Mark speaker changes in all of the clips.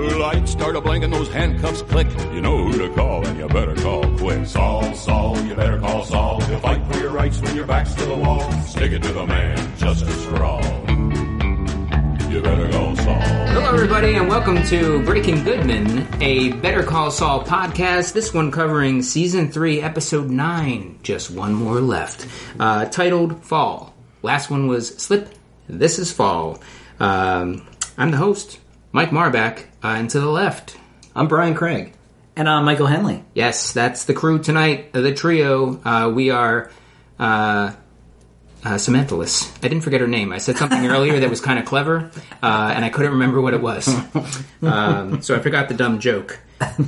Speaker 1: Lights start a blink and those handcuffs click. You know who to call and you better call quick. Saul, Saul, you better call Saul. He'll fight for your rights when your back's to the wall. Stick it to the man, justice for all. You better call Saul.
Speaker 2: Hello, everybody, and welcome to Breaking Goodman, a Better Call Saul podcast. This one covering season three, episode nine. Just one more left. Uh, titled Fall. Last one was Slip. This is Fall. Um, I'm the host, Mike Marbach, uh, and to the left.
Speaker 3: I'm Brian Craig. And I'm Michael Henley.
Speaker 2: Yes, that's the crew tonight, the trio. Uh, we are uh, uh, Cementalus. I didn't forget her name. I said something earlier that was kind of clever, uh, and I couldn't remember what it was. Um, so I forgot the dumb joke,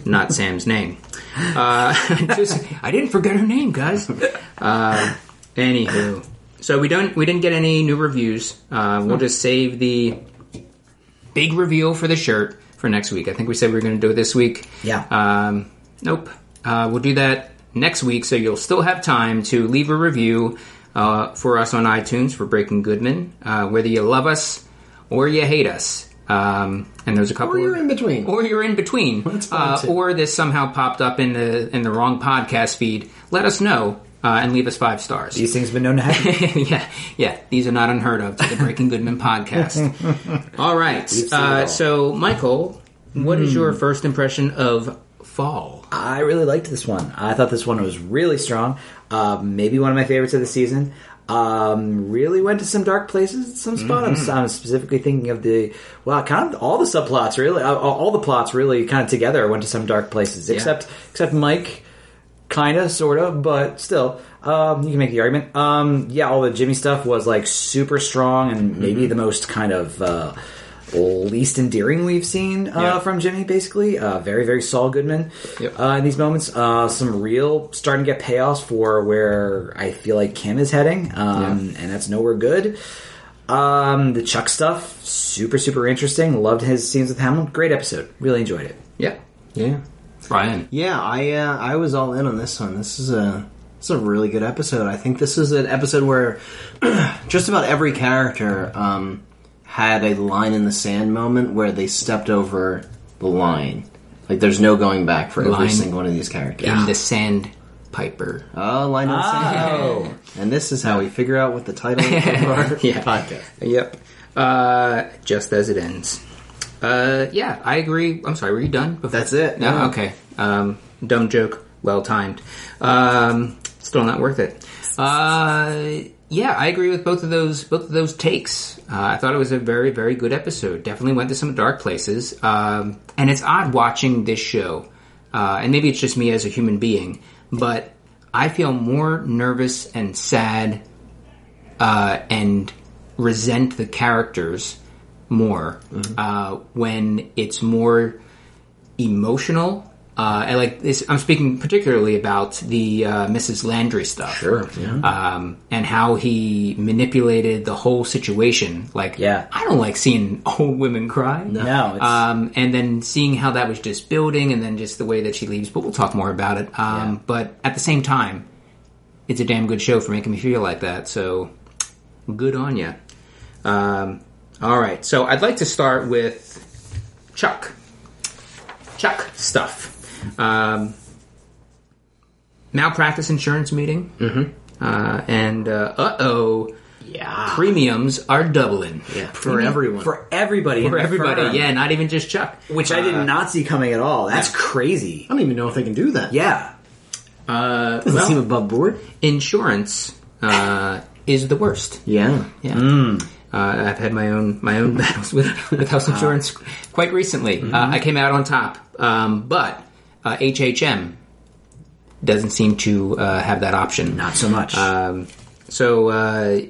Speaker 2: not Sam's name. Uh, just- I didn't forget her name, guys. Uh, anywho, so we don't we didn't get any new reviews. Uh, we'll just save the big reveal for the shirt for next week. I think we said we were going to do it this week.
Speaker 3: Yeah.
Speaker 2: Um, nope. Uh, we'll do that next week, so you'll still have time to leave a review uh, for us on iTunes for Breaking Goodman, uh, whether you love us or you hate us. Um, and there's a couple.
Speaker 4: Or you're
Speaker 2: of-
Speaker 4: in between.
Speaker 2: Or you're in between.
Speaker 4: fine,
Speaker 2: uh,
Speaker 4: too.
Speaker 2: or this somehow popped up in the in the wrong podcast feed. Let us know uh, and leave us five stars.
Speaker 3: These things have been known to happen.
Speaker 2: yeah, yeah. These are not unheard of to the Breaking Goodman podcast. All right. Uh, so, Michael, what
Speaker 4: Hmm.
Speaker 2: is your first impression of fall?
Speaker 4: Uh,
Speaker 3: I really liked this one. I thought this one was really strong. Um, maybe one of my favorites of the season. Um, really went to some dark places in some spot. I'm, I'm specifically thinking of the well, kind of all the subplots. Really, Uh, all, all the plots really kind of together went to some dark places. Except except Mike, kind of, sort of, but still. Um, you can make the argument. Um, yeah, all the Jimmy stuff was like super strong and maybe the most kind of uh, least endearing we've seen uh,
Speaker 2: Yeah.
Speaker 3: from Jimmy. Basically, uh, very very Saul Goodman
Speaker 2: Yep.
Speaker 3: uh, in these moments. Uh, some real starting to get payoffs for where I feel like Kim is heading, um, and that's nowhere good. Um, the Chuck stuff, super super interesting. Loved his scenes with Hamlin. Great episode. Really enjoyed it.
Speaker 2: Yeah, yeah. Brian,
Speaker 4: Yeah, I uh, I was all in on this one. This is a this is a really good episode. I think this is an episode where just about every character um, had a line in the sand moment where they stepped over the line. Like there's no going back for
Speaker 2: Line.
Speaker 4: every single one of these characters.
Speaker 2: in the sandpiper.
Speaker 4: Oh, line in the
Speaker 3: Oh.
Speaker 4: sand. And this is how we figure out what the title of our
Speaker 2: Yeah.
Speaker 4: podcast.
Speaker 2: Yep. Uh, just as it ends. Uh, yeah, I agree. I'm sorry. Were you done? Before?
Speaker 4: That's it.
Speaker 2: No.
Speaker 4: Yeah.
Speaker 2: Okay. Um, dumb joke. Well timed. Um, still not worth it. Uh, yeah, I agree with both of those. Both of those takes. Uh, I thought it was a very, very good episode. Definitely went to some dark places. Um, and it's odd watching this show. Uh, and maybe it's just me as a human being, but I feel more nervous and sad uh, and resent the characters more
Speaker 3: Mm-hmm.
Speaker 2: uh, when it's more emotional. Uh, and like this, I'm speaking particularly about the uh, Mrs. Landry stuff, sure, um, and how he manipulated the whole situation. Like,
Speaker 3: Yeah.
Speaker 2: I don't like seeing old women cry.
Speaker 3: No, it's-
Speaker 2: um, and then seeing how that was just building, and then just the way that she leaves. But we'll talk more about it. Um, But at the same time, it's a damn good show for making me feel like that. So good on you. Um, all right, so I'd like to start with Chuck. Chuck stuff. Um, malpractice insurance meeting. Mm-hmm. Uh, and uh oh,
Speaker 3: Yeah.
Speaker 2: premiums are doubling
Speaker 4: For everyone.
Speaker 3: for everybody in
Speaker 2: Mm-hmm. Uh, for
Speaker 3: the
Speaker 2: everybody.
Speaker 3: firm,
Speaker 2: Yeah, Uh, not even just Chuck.
Speaker 3: which I did not see coming at all. That's crazy.
Speaker 4: I don't even know if they can do that.
Speaker 3: Yeah,
Speaker 2: Uh,
Speaker 4: Doesn't
Speaker 2: well,
Speaker 4: seem above board.
Speaker 2: insurance uh, is the worst.
Speaker 4: Yeah.
Speaker 2: Yeah. Uh, I've had my own my own battles with with house
Speaker 3: Ah.
Speaker 2: insurance quite recently.
Speaker 3: Mm-hmm.
Speaker 2: Uh, I came out on top, um, but uh, HHM doesn't seem to uh, have that option.
Speaker 3: not so much.
Speaker 2: Um, so uh,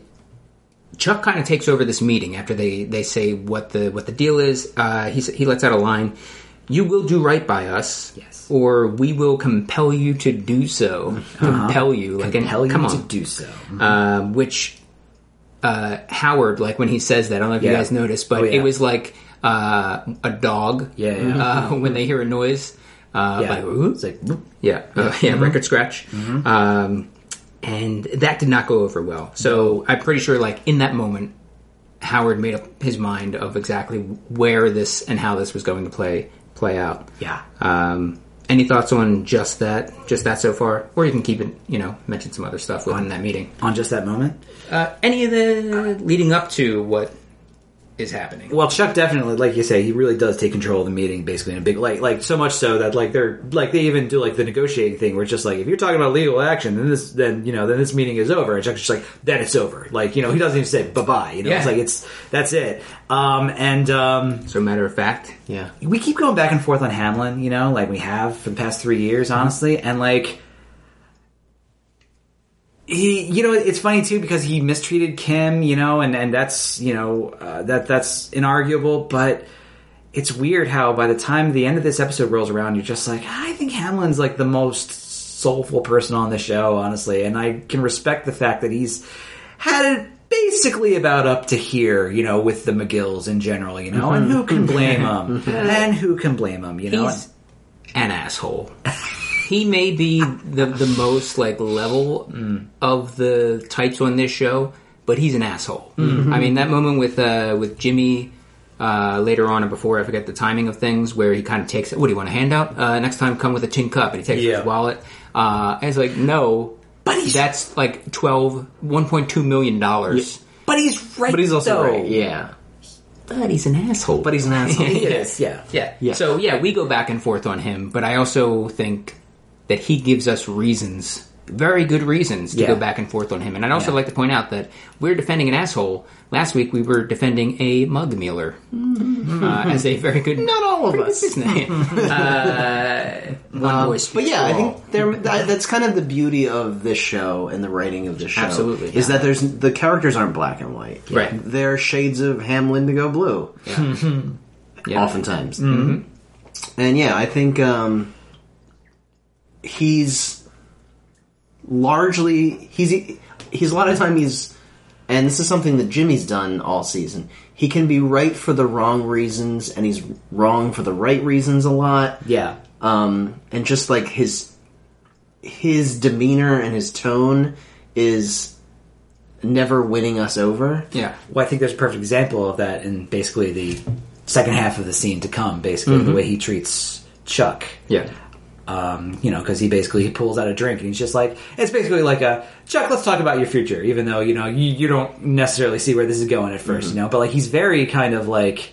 Speaker 2: Chuck kind of takes over this meeting after they, they say what the what the deal is. Uh, he s- he lets out a line: "You will do right by us,
Speaker 3: Yes. Uh-huh.
Speaker 2: or we will compel you to do so. Compel you, like and
Speaker 3: Compel you
Speaker 2: come
Speaker 3: to
Speaker 2: on.
Speaker 3: do so.
Speaker 2: Um, which uh, Howard, like when he says that, I don't know if you
Speaker 3: Yeah.
Speaker 2: guys noticed, but
Speaker 3: Oh, yeah.
Speaker 2: it was like uh, a dog.
Speaker 3: Yeah, yeah. Mm-hmm.
Speaker 2: Uh, when they hear a noise, uh,
Speaker 3: Yeah.
Speaker 2: like "Ooh."
Speaker 3: It's like, Mm-hmm. whoop.
Speaker 2: yeah, uh, yeah, record scratch. Um, and that did not go over well. So I'm pretty sure, like in that moment, Howard made up his mind of exactly where this and how this was going to play play out.
Speaker 3: Yeah.
Speaker 2: Um, any thoughts on just that, just that so far, or you can keep it, you know, mention some other stuff within that meeting.
Speaker 3: On just that moment.
Speaker 2: Uh, any of the leading up to what is happening?
Speaker 3: Well, Chuck definitely, like you say, he really does take control of the meeting, basically in a big like, like so much so that like they're like they even do like the negotiating thing, where it's just like if you're talking about legal action, then this, then you know, then this meeting is over, and Chuck's just like, then it's over, like you know, he doesn't even say bye bye, you know, it's
Speaker 2: Yeah.
Speaker 3: like it's that's it, um, and um,
Speaker 2: so, matter of fact,
Speaker 4: Yeah.
Speaker 3: we keep going back and forth on Hamlin, you know, like we have for the past three years, honestly, and like he, you know, it's funny too because he mistreated Kim, you know, and and that's you know uh, that that's inarguable, but it's weird how by the time the end of this episode rolls around, you're just like, I think Hamlin's like the most soulful person on the show, honestly, and I can respect the fact that he's had it basically about up to here, you know, with the McGills in general, you know, and who can blame him? and who can blame him, you know?
Speaker 2: he's an asshole. he may be the the most like level of the types on this show, but he's an asshole.
Speaker 3: Mm-hmm.
Speaker 2: I mean, that moment with uh, with Jimmy. Uh, later on or before, I forget the timing of things where he kind of takes it. What do you want a handout? Uh, next time, come with a tin cup. And he takes
Speaker 3: Yeah.
Speaker 2: his wallet. Uh, and it's like, no,
Speaker 3: But he's-
Speaker 2: that's like 12, $1.2 million. dollars.
Speaker 3: but he's right.
Speaker 4: But he's also
Speaker 3: though.
Speaker 4: right. Yeah.
Speaker 2: But he's an asshole.
Speaker 4: But he's an asshole.
Speaker 3: He is, yeah.
Speaker 2: Yeah.
Speaker 4: Yeah.
Speaker 2: So yeah, we go back and forth on him, but I also think that he gives us reasons, very good reasons to
Speaker 3: Yeah.
Speaker 2: go back and forth on him. And I'd also
Speaker 3: Yeah.
Speaker 2: like to point out that we're defending an asshole. Last week we were defending a mug mealer uh, as a very good not all of us. uh, one voice,
Speaker 4: But yeah, I
Speaker 2: speaks for all.
Speaker 4: think there, that, that's kind of the beauty of this show and the writing of this show.
Speaker 2: Absolutely,
Speaker 4: is
Speaker 2: yeah.
Speaker 4: that there's the characters aren't black and white.
Speaker 2: Right.
Speaker 4: they're shades of Hamlin to go blue,
Speaker 2: Yeah. Mm-hmm.
Speaker 4: oftentimes. And yeah, I think um, he's largely he's he's a lot of time he's and this is something that Jimmy's done all season. He can be right for the wrong reasons, and he's wrong for the right reasons a lot
Speaker 3: Yeah.
Speaker 4: um, and just like his his demeanor and his tone is never winning us over.
Speaker 2: yeah.
Speaker 3: Well, I think there's a perfect example of that in basically the second half of the scene to come. Basically, the way he treats Chuck.
Speaker 2: Yeah.
Speaker 3: Um, you know, because he basically he pulls out a drink and he's just like, it's basically like a Chuck. Let's talk about your future, even though you know you, you don't necessarily see where this is going at 1st you know. But like he's very kind of like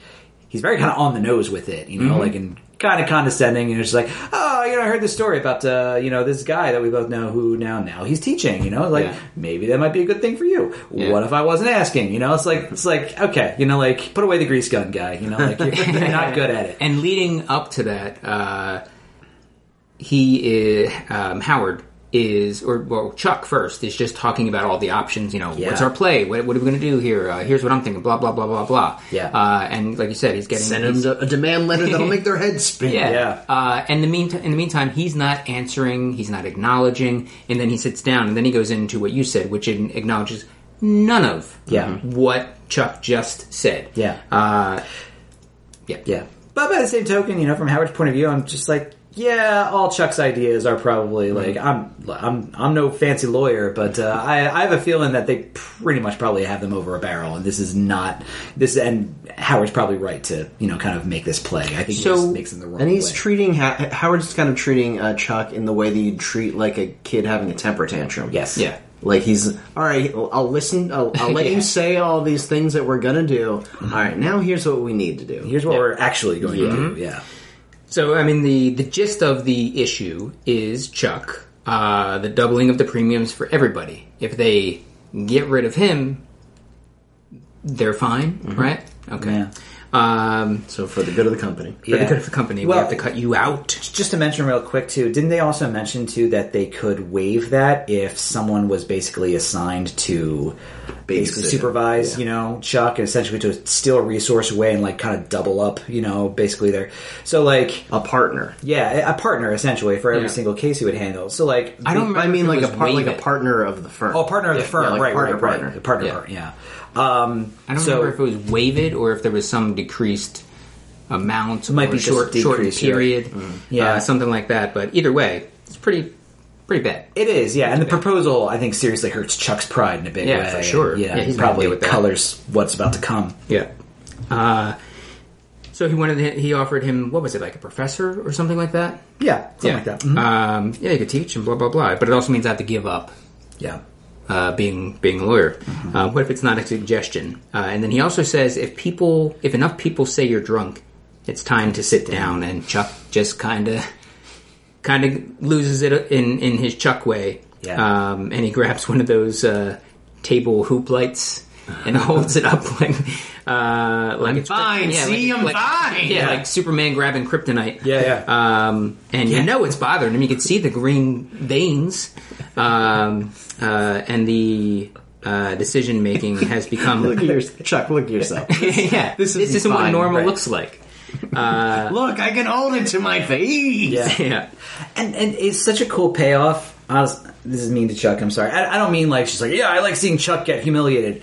Speaker 3: he's very kind of on the nose with it, you know, like and kind of condescending and it's just like, oh, you know, I heard this story about uh, you know this guy that we both know who now now he's teaching, you know, like
Speaker 4: Yeah.
Speaker 3: maybe that might be a good thing for you. What if I wasn't asking? You know, it's like it's like okay, you know, like put away the grease gun guy, you know, like you're, you're not good at it.
Speaker 2: And leading up to that, uh, he is, um, Howard is, or well, Chuck first is just talking about all the options. You know, what's
Speaker 3: Yeah.
Speaker 2: our play? What, what are we going to do here? Uh, here's what I'm thinking. Blah blah blah blah blah.
Speaker 3: Yeah.
Speaker 2: Uh, and like you said, he's getting
Speaker 4: Send him a demand letter that'll make their heads spin.
Speaker 2: yeah.
Speaker 3: Yeah.
Speaker 2: Uh, and the meantime, in the meantime, he's not answering. He's not acknowledging. And then he sits down, and then he goes into what you said, which in- acknowledges none of
Speaker 3: Yeah.
Speaker 2: what Chuck just said.
Speaker 3: Yeah.
Speaker 2: Uh, yeah.
Speaker 3: Yeah. But by the same token, you know, from Howard's point of view, I'm just like, yeah, all Chuck's ideas are probably like I'm I'm I'm no fancy lawyer, but uh, I I have a feeling that they pretty much probably have them over a barrel, and this is not this. And Howard's probably right to you know kind of make this play. I think
Speaker 2: So-
Speaker 3: he just makes them the wrong.
Speaker 4: And he's
Speaker 3: way.
Speaker 4: treating ha- Howard's kind of treating uh, Chuck in the way that you treat like a kid having a temper tantrum.
Speaker 3: yes,
Speaker 2: Yeah.
Speaker 4: Like he's all right. I'll I'll listen. I'll, I'll let
Speaker 2: Yeah.
Speaker 4: you say all these things that we're gonna do. All right, now here's what we need to do.
Speaker 3: Mm-hmm. Here's what we're actually going to do. Yeah.
Speaker 2: So, I mean, the, the gist of the issue is Chuck, uh, the doubling of the premiums for everybody. If they get rid of him, they're fine, right? Okay.
Speaker 3: Mm-hmm. Yeah.
Speaker 2: Um,
Speaker 4: so for the good of the company.
Speaker 2: for the
Speaker 3: Yeah.
Speaker 2: good of the company,
Speaker 3: Well-
Speaker 2: we have to cut you out.
Speaker 3: just to mention real quick too, didn't they also mention too that they could waive that if someone was basically assigned to basically
Speaker 4: Babysit.
Speaker 3: supervise, you know, Chuck essentially to steal a resource away and like kind of double up, you know, basically there. So like
Speaker 4: A partner.
Speaker 3: yeah, a partner essentially for every
Speaker 2: Yeah.
Speaker 3: single case he would handle. So like
Speaker 2: I don't remember
Speaker 4: I
Speaker 2: if
Speaker 4: mean,
Speaker 2: it
Speaker 4: like a
Speaker 2: was
Speaker 4: part, like
Speaker 2: waive
Speaker 4: a
Speaker 2: it.
Speaker 4: partner of the firm.
Speaker 3: Oh, partner of
Speaker 4: Yeah,
Speaker 3: the firm,
Speaker 4: yeah, like
Speaker 3: right,
Speaker 4: partner,
Speaker 3: right, right,
Speaker 4: partner.
Speaker 3: The partner,
Speaker 2: Yeah.
Speaker 3: partner, yeah. Um,
Speaker 2: I don't
Speaker 3: so,
Speaker 2: remember if it was waive it or if there was some decreased amount
Speaker 3: might
Speaker 2: or
Speaker 3: be just
Speaker 2: short, short
Speaker 3: decreased, yeah.
Speaker 2: period,
Speaker 3: Mm-hmm. Yeah.
Speaker 2: uh, something like that. But either way, it's pretty pretty bad.
Speaker 3: It is, yeah. And the proposal, I think, seriously hurts Chuck's pride in a big
Speaker 2: Yeah,
Speaker 3: way.
Speaker 2: for sure.
Speaker 3: Yeah,
Speaker 2: Yeah, he's
Speaker 3: he
Speaker 2: not
Speaker 3: probably
Speaker 2: happy with that.
Speaker 3: colors what's about to come.
Speaker 2: Yeah. Uh, so he wanted to, he offered him what was it like a professor or something like that?
Speaker 3: Yeah, something
Speaker 2: yeah.
Speaker 3: like that. Mhm.
Speaker 2: Um, yeah, you could teach and blah blah blah. But it also means I have to give up
Speaker 3: yeah.
Speaker 2: uh, being being a lawyer.
Speaker 4: Mm-hmm.
Speaker 2: Uh, what if it's not a suggestion? Uh, and then he also says if people if enough people say you're drunk, it's time to sit down.
Speaker 4: Mm-hmm.
Speaker 2: And Chuck just kind of kind of loses it in in his Chuck way.
Speaker 3: Yeah.
Speaker 2: Um, and he grabs one of those uh, table hoop lights. And holds it up like, uh, like it's
Speaker 4: fine, see, I'm fine.
Speaker 2: Yeah,
Speaker 4: Yeah.
Speaker 2: like Superman grabbing kryptonite.
Speaker 3: Yeah, yeah.
Speaker 2: Um, and you know it's bothering him. You can see the green veins, um, uh, and the uh, decision making has
Speaker 4: Look at
Speaker 2: become.
Speaker 4: your, Chuck, look at yourself.
Speaker 2: yeah, this,
Speaker 4: isn't
Speaker 2: isn't what
Speaker 4: fine,
Speaker 2: normal
Speaker 4: right.
Speaker 2: looks like.
Speaker 4: look, I can hold it to my face.
Speaker 3: Yeah.
Speaker 2: Yeah,
Speaker 3: And and it's such a cool payoff. Honest, this is mean to Chuck. I'm sorry. I, I don't mean like she's like, yeah, I like seeing Chuck get humiliated,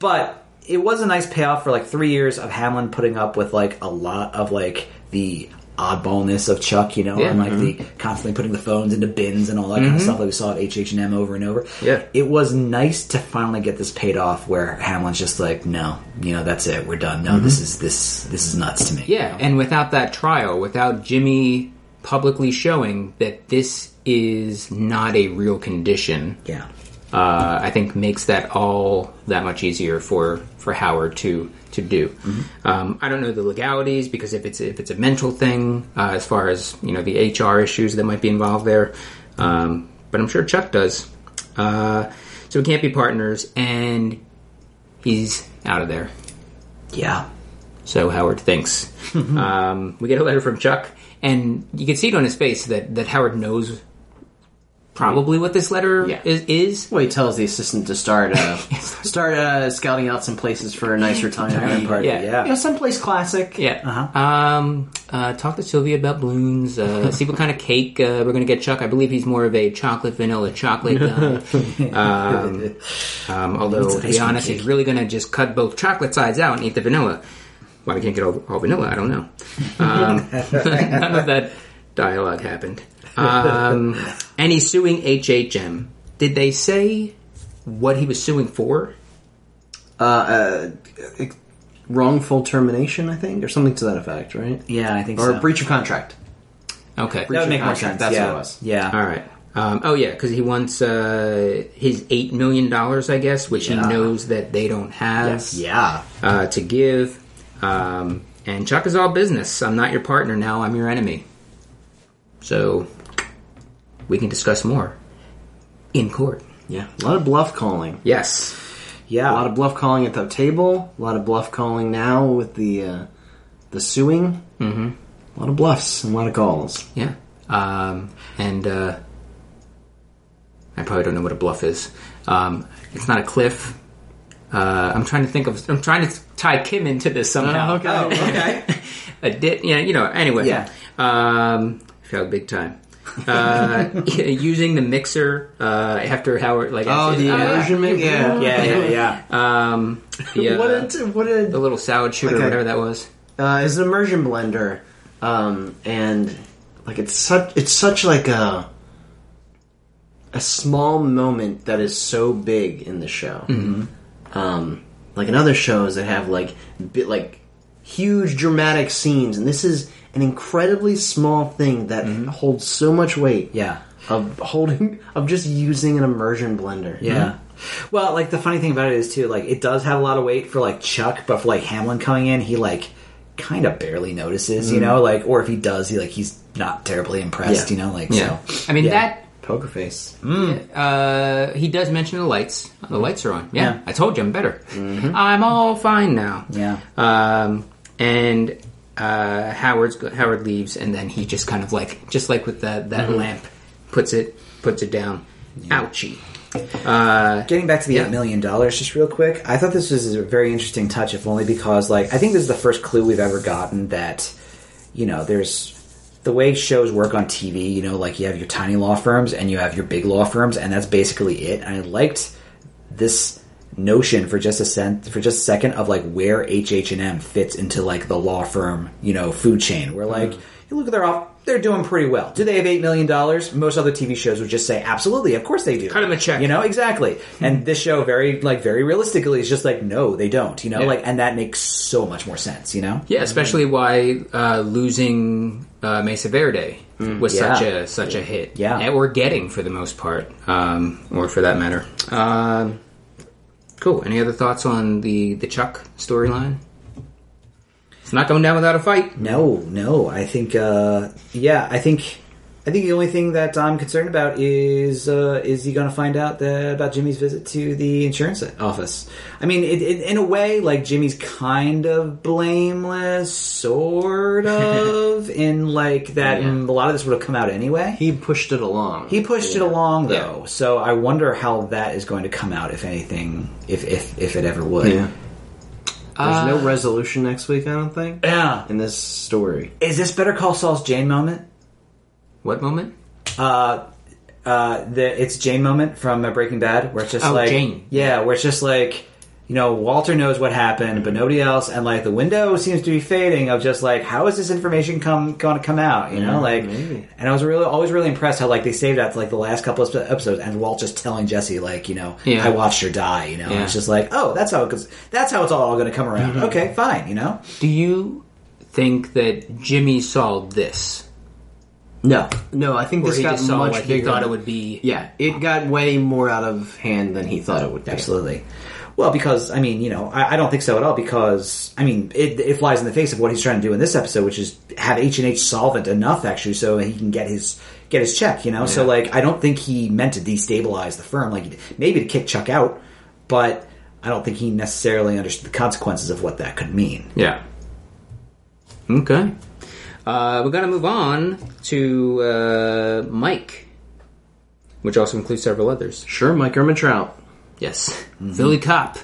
Speaker 3: but it was a nice payoff for like three years of Hamlin putting up with like a lot of like the oddballness of Chuck, you know,
Speaker 2: Yeah. mm-hmm.
Speaker 3: and like the constantly putting the phones into bins and all that kind of stuff like we saw at HH and M over and over.
Speaker 2: Yeah.
Speaker 3: it was nice to finally get this paid off where Hamlin's just like, no, you know, that's it, we're done. No, this is this this is nuts to me.
Speaker 2: Mm-hmm. yeah. And without that trial, without Jimmy publicly showing that this is not a real condition,
Speaker 3: yeah,
Speaker 2: uh, I think makes that all that much easier for, for Howard to to do. Um, I don't know the legalities because if it's if it's a mental thing, uh, as far as you know the HR issues that might be involved there, um, but I'm sure Chuck does. Uh, so we can't be partners, and he's out of there.
Speaker 3: yeah.
Speaker 2: So Howard thinks. um, we get a letter from Chuck, and you can see it on his face that that Howard knows probably what this letter
Speaker 4: Yeah.
Speaker 2: is. is.
Speaker 4: Well, he tells the assistant to start uh, start uh, scouting out some places for a nice retirement party.
Speaker 2: Yeah.
Speaker 3: Yeah.
Speaker 4: you know, someplace classic.
Speaker 2: Yeah.
Speaker 3: Uh-huh.
Speaker 2: Um, uh, talk to Sylvia about balloons. Uh, see what kind of cake uh, we're going to get Chuck. I believe he's more of a chocolate vanilla chocolate guy. um, um, although, to
Speaker 3: ice
Speaker 2: be
Speaker 3: cream
Speaker 2: honest, he's really going to just cut both chocolate sides out and eat the vanilla. Why we can't get all, all vanilla, I don't know. Um, none of that dialogue happened. Um, and he's suing HHM. Did they say what he was suing for?
Speaker 4: wrongful termination, I think, or something to that effect, right?
Speaker 3: Yeah, I think
Speaker 4: Or
Speaker 3: so.
Speaker 4: breach of contract.
Speaker 2: Okay.
Speaker 3: That would make more sense.
Speaker 4: contract, that's
Speaker 3: yeah.
Speaker 4: what it was.
Speaker 3: Yeah.
Speaker 2: All right. Um, oh yeah, because he wants uh, his eight million dollars, I guess, which
Speaker 3: Yeah.
Speaker 2: he knows that they don't have
Speaker 3: Yeah.
Speaker 2: uh, to give. Um, and Chuck is all business. I'm not your partner now. I'm your enemy. So we can discuss more in court.
Speaker 4: Yeah, a lot of bluff calling.
Speaker 2: Yes.
Speaker 3: Yeah.
Speaker 4: A lot of bluff calling at the table. A lot of bluff calling now with the uh, the suing. Mm-hmm. A lot of bluffs and a lot of calls.
Speaker 2: Yeah. Um, and uh, I probably don't know what a bluff is. Um, it's not a cliff. Uh, I'm trying to think of. I'm trying to tie Kim into this somehow.
Speaker 3: Oh, okay.
Speaker 2: a dit yeah you know anyway
Speaker 3: Yeah.
Speaker 2: um felt big time uh using the mixer uh after uh, howard like
Speaker 4: Oh, the immersion mix? Yeah.
Speaker 3: yeah, yeah, yeah.
Speaker 2: um the, uh,
Speaker 4: What a what
Speaker 2: the
Speaker 4: a
Speaker 2: little salad shooter
Speaker 4: Okay.
Speaker 2: whatever that was
Speaker 4: uh, is an immersion blender, um, and like it's such it's such like a a small moment that is so big in the show.
Speaker 3: Mm-hmm.
Speaker 4: Um, like in other shows that have like bit like huge dramatic scenes, and this is an incredibly small thing that holds so much weight.
Speaker 3: Mm-hmm. Yeah.
Speaker 4: of holding of just using an immersion blender.
Speaker 3: Yeah. Well, like the funny thing about it is too, like it does have a lot of weight for like Chuck, but for like Hamlin coming in, he like kind of barely notices, you know, like or if he does, he like he's not terribly impressed,
Speaker 4: Yeah.
Speaker 3: you know, like
Speaker 2: Mm-hmm. yeah
Speaker 3: so.
Speaker 2: i mean
Speaker 3: Yeah.
Speaker 4: poker face.
Speaker 2: that uh he does mention the lights the lights are on yeah,
Speaker 3: Yeah.
Speaker 2: i told you i'm better i'm all fine now
Speaker 3: Yeah.
Speaker 2: um and uh howard's go- howard leaves and then he just kind of like just like with that that lamp puts it puts it down ouchie
Speaker 3: Getting back to the
Speaker 2: Yeah.
Speaker 3: eight million dollars, just real quick, I thought this was a very interesting touch, if only because, like, I think this is the first clue we've ever gotten that, you know, there's the way shows work on TV. You know, like you have your tiny law firms and you have your big law firms, and that's basically it. And I liked this notion for just a cent for just a second of like where HH and M fits into like the law firm you know food chain.
Speaker 2: Mm-hmm.
Speaker 3: Where like you look at their off, they're doing pretty well. Do they have eight million dollars? Most other TV shows would just say absolutely, of course they do.
Speaker 2: Cut 'em a check. Mm-hmm.
Speaker 3: you know exactly. And this show very like very realistically is just like no, they don't. You know
Speaker 2: Yeah.
Speaker 3: like and that makes so much more sense. You know
Speaker 2: Yeah, especially why uh, losing uh, Mesa Verde was
Speaker 3: Hmm. Yeah.
Speaker 2: such a such a hit.
Speaker 3: Yeah.
Speaker 2: and, or getting for the most part, um, or for that matter. Um, cool. Any other thoughts on the the Chuck storyline? It's not going down without a fight.
Speaker 3: No, no. I think, uh, yeah, I think, I think the only thing that I'm concerned about is uh, is he going to find out that, about Jimmy's visit to the insurance office? I mean, it, it, in a way, like Jimmy's kind of blameless, sort of, in like that. mm, a lot of this would have come out anyway. He,
Speaker 4: He pushed it along.
Speaker 3: pushed it along though, so I wonder how that is going to come out, if anything, if if if it ever would.
Speaker 4: Yeah. There's no resolution next week, I don't think.
Speaker 3: Yeah.
Speaker 4: In this story.
Speaker 3: Is this Better Call Saul's Jane moment?
Speaker 2: What moment?
Speaker 3: uh, the it's Jane moment from uh, Breaking Bad, where it's just
Speaker 2: Oh,
Speaker 3: like
Speaker 2: Jane.
Speaker 3: yeah, where it's just like you know Walter knows what happened, but nobody else, and like the window seems to be fading of just like how is this information come going to come out, you know, like
Speaker 4: maybe.
Speaker 3: and I was really always really impressed how like they saved that to, like the last couple of sp- episodes, and Walt just telling Jesse like you know
Speaker 2: Yeah.
Speaker 3: I watched her die, you know,
Speaker 2: Yeah. Mm-hmm.
Speaker 3: it's just like oh that's how because that's how it's all going to come around. Okay, fine, you know,
Speaker 2: Do you think that Jimmy saw this?
Speaker 4: No. No, I think
Speaker 2: Or
Speaker 4: this
Speaker 2: he
Speaker 4: got
Speaker 2: just saw
Speaker 4: much
Speaker 2: like he
Speaker 4: bigger.
Speaker 2: thought it would be.
Speaker 4: Yeah, it got way more out of hand than he thought it would be.
Speaker 3: Absolutely. Well, because I mean, you know, I, I don't think so at all. Because I mean, it, it flies in the face of what he's trying to do in this episode, which is have H and H solvent enough actually, so he can get his get his check. You know, so like I don't think he meant to destabilize the firm, like maybe to kick Chuck out, but I don't think he necessarily understood the consequences of what that could mean.
Speaker 2: Yeah. Okay. Uh, we're going to move on to uh, Mike, which also includes several others.
Speaker 4: Sure, Mike Erman Trout.
Speaker 2: Yes. Philly Cop.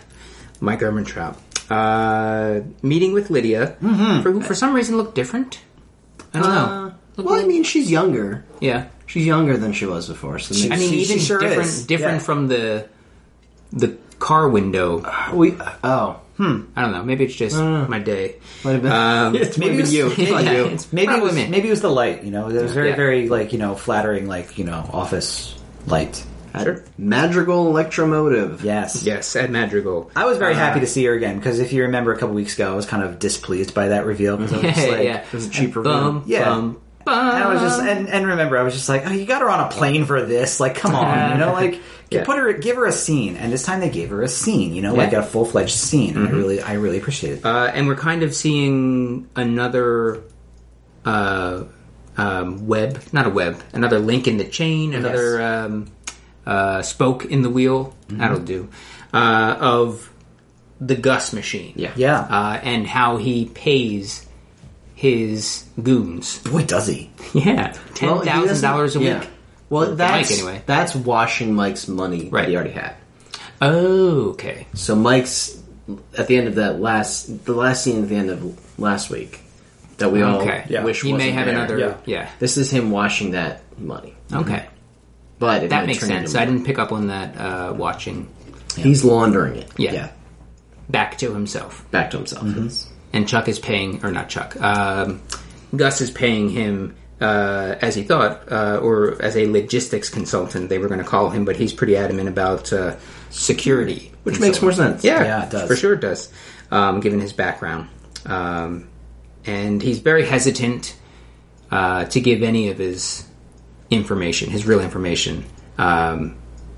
Speaker 2: Mike Erman Trout. Uh, meeting with Lydia, for, who for some reason looked different. I don't know. Looked
Speaker 4: Well, I
Speaker 2: like-
Speaker 4: mean, she's younger.
Speaker 2: yeah.
Speaker 4: She's younger than she was before. So
Speaker 2: I
Speaker 4: maybe
Speaker 2: mean,
Speaker 4: she-
Speaker 2: even
Speaker 3: sure
Speaker 2: different,
Speaker 3: is.
Speaker 2: different
Speaker 3: Yeah.
Speaker 2: from the the car window.
Speaker 4: we oh
Speaker 2: I don't know. Maybe it's just my day.
Speaker 4: might have been
Speaker 2: Um,
Speaker 4: it's maybe
Speaker 3: maybe it's-
Speaker 4: you. It's not
Speaker 2: yeah,
Speaker 4: you.
Speaker 2: it's-
Speaker 3: Maybe it was
Speaker 2: Probably me.
Speaker 3: maybe it was the light. You know, it was very
Speaker 2: Yeah.
Speaker 3: very like you know flattering like you know office light.
Speaker 2: Sure.
Speaker 4: Madrigal Electromotive.
Speaker 3: Yes.
Speaker 2: Yes, at Madrigal.
Speaker 3: I was very
Speaker 2: Uh-huh.
Speaker 3: happy to see her again because if you remember a couple weeks ago, I was kind of displeased by that reveal. 'cause I was just
Speaker 2: Yeah,
Speaker 3: like,
Speaker 2: yeah.
Speaker 4: It was a cheaper
Speaker 2: Bum,
Speaker 4: one.
Speaker 3: Yeah.
Speaker 2: bum,
Speaker 3: And I was just
Speaker 2: bum.
Speaker 3: and, and remember I was just like, oh, you got her on a plane for this. Like, come on, you know, like
Speaker 2: Yeah.
Speaker 3: put her, give her a scene. And this time they gave her a scene, you know, like
Speaker 2: Yeah. Mm-hmm.
Speaker 3: a full fledged scene. And I really, I really appreciated. it.
Speaker 2: Uh, and we're kind of seeing another uh, um, web, not a web, another link in the chain, another um, uh, spoke in the wheel. That'll do. Uh, of the Gus machine.
Speaker 3: yeah.
Speaker 2: Uh, and how he pays his goons.
Speaker 3: Boy, does he?
Speaker 2: Yeah.
Speaker 4: Well,
Speaker 2: $10,000
Speaker 4: he doesn't-
Speaker 2: a week.
Speaker 4: yeah. Well, that's
Speaker 2: anyway.
Speaker 4: that's washing Mike's money
Speaker 2: Right.
Speaker 4: that he already had.
Speaker 2: Oh, okay.
Speaker 4: So Mike's at the end of that last the last scene at the end of last week that we
Speaker 2: Okay.
Speaker 4: all
Speaker 2: Yeah.
Speaker 4: wish
Speaker 2: He may
Speaker 4: wasn't
Speaker 2: have
Speaker 4: there.
Speaker 2: another- Yeah. yeah.
Speaker 4: This is him washing that money,
Speaker 2: Okay.
Speaker 4: but it
Speaker 2: That
Speaker 4: might
Speaker 2: makes
Speaker 4: turn into
Speaker 2: sense. I
Speaker 4: more.
Speaker 2: didn't pick up on that uh, watching.
Speaker 4: He's laundering it.
Speaker 2: Yeah. Back to himself.
Speaker 4: back to himself.
Speaker 2: Mm-hmm.
Speaker 4: It's-
Speaker 2: And Chuck is paying, or not Chuck, um, Gus is paying him, uh, as he thought, uh, or as a logistics consultant, they were going to call him, but he's pretty adamant about uh, security.
Speaker 4: Which makes more sense.
Speaker 2: Yeah,
Speaker 3: Yeah, it does.
Speaker 2: For sure it does, um, given his background. Um, and he's very hesitant uh, to give any of his information, his real information. Um,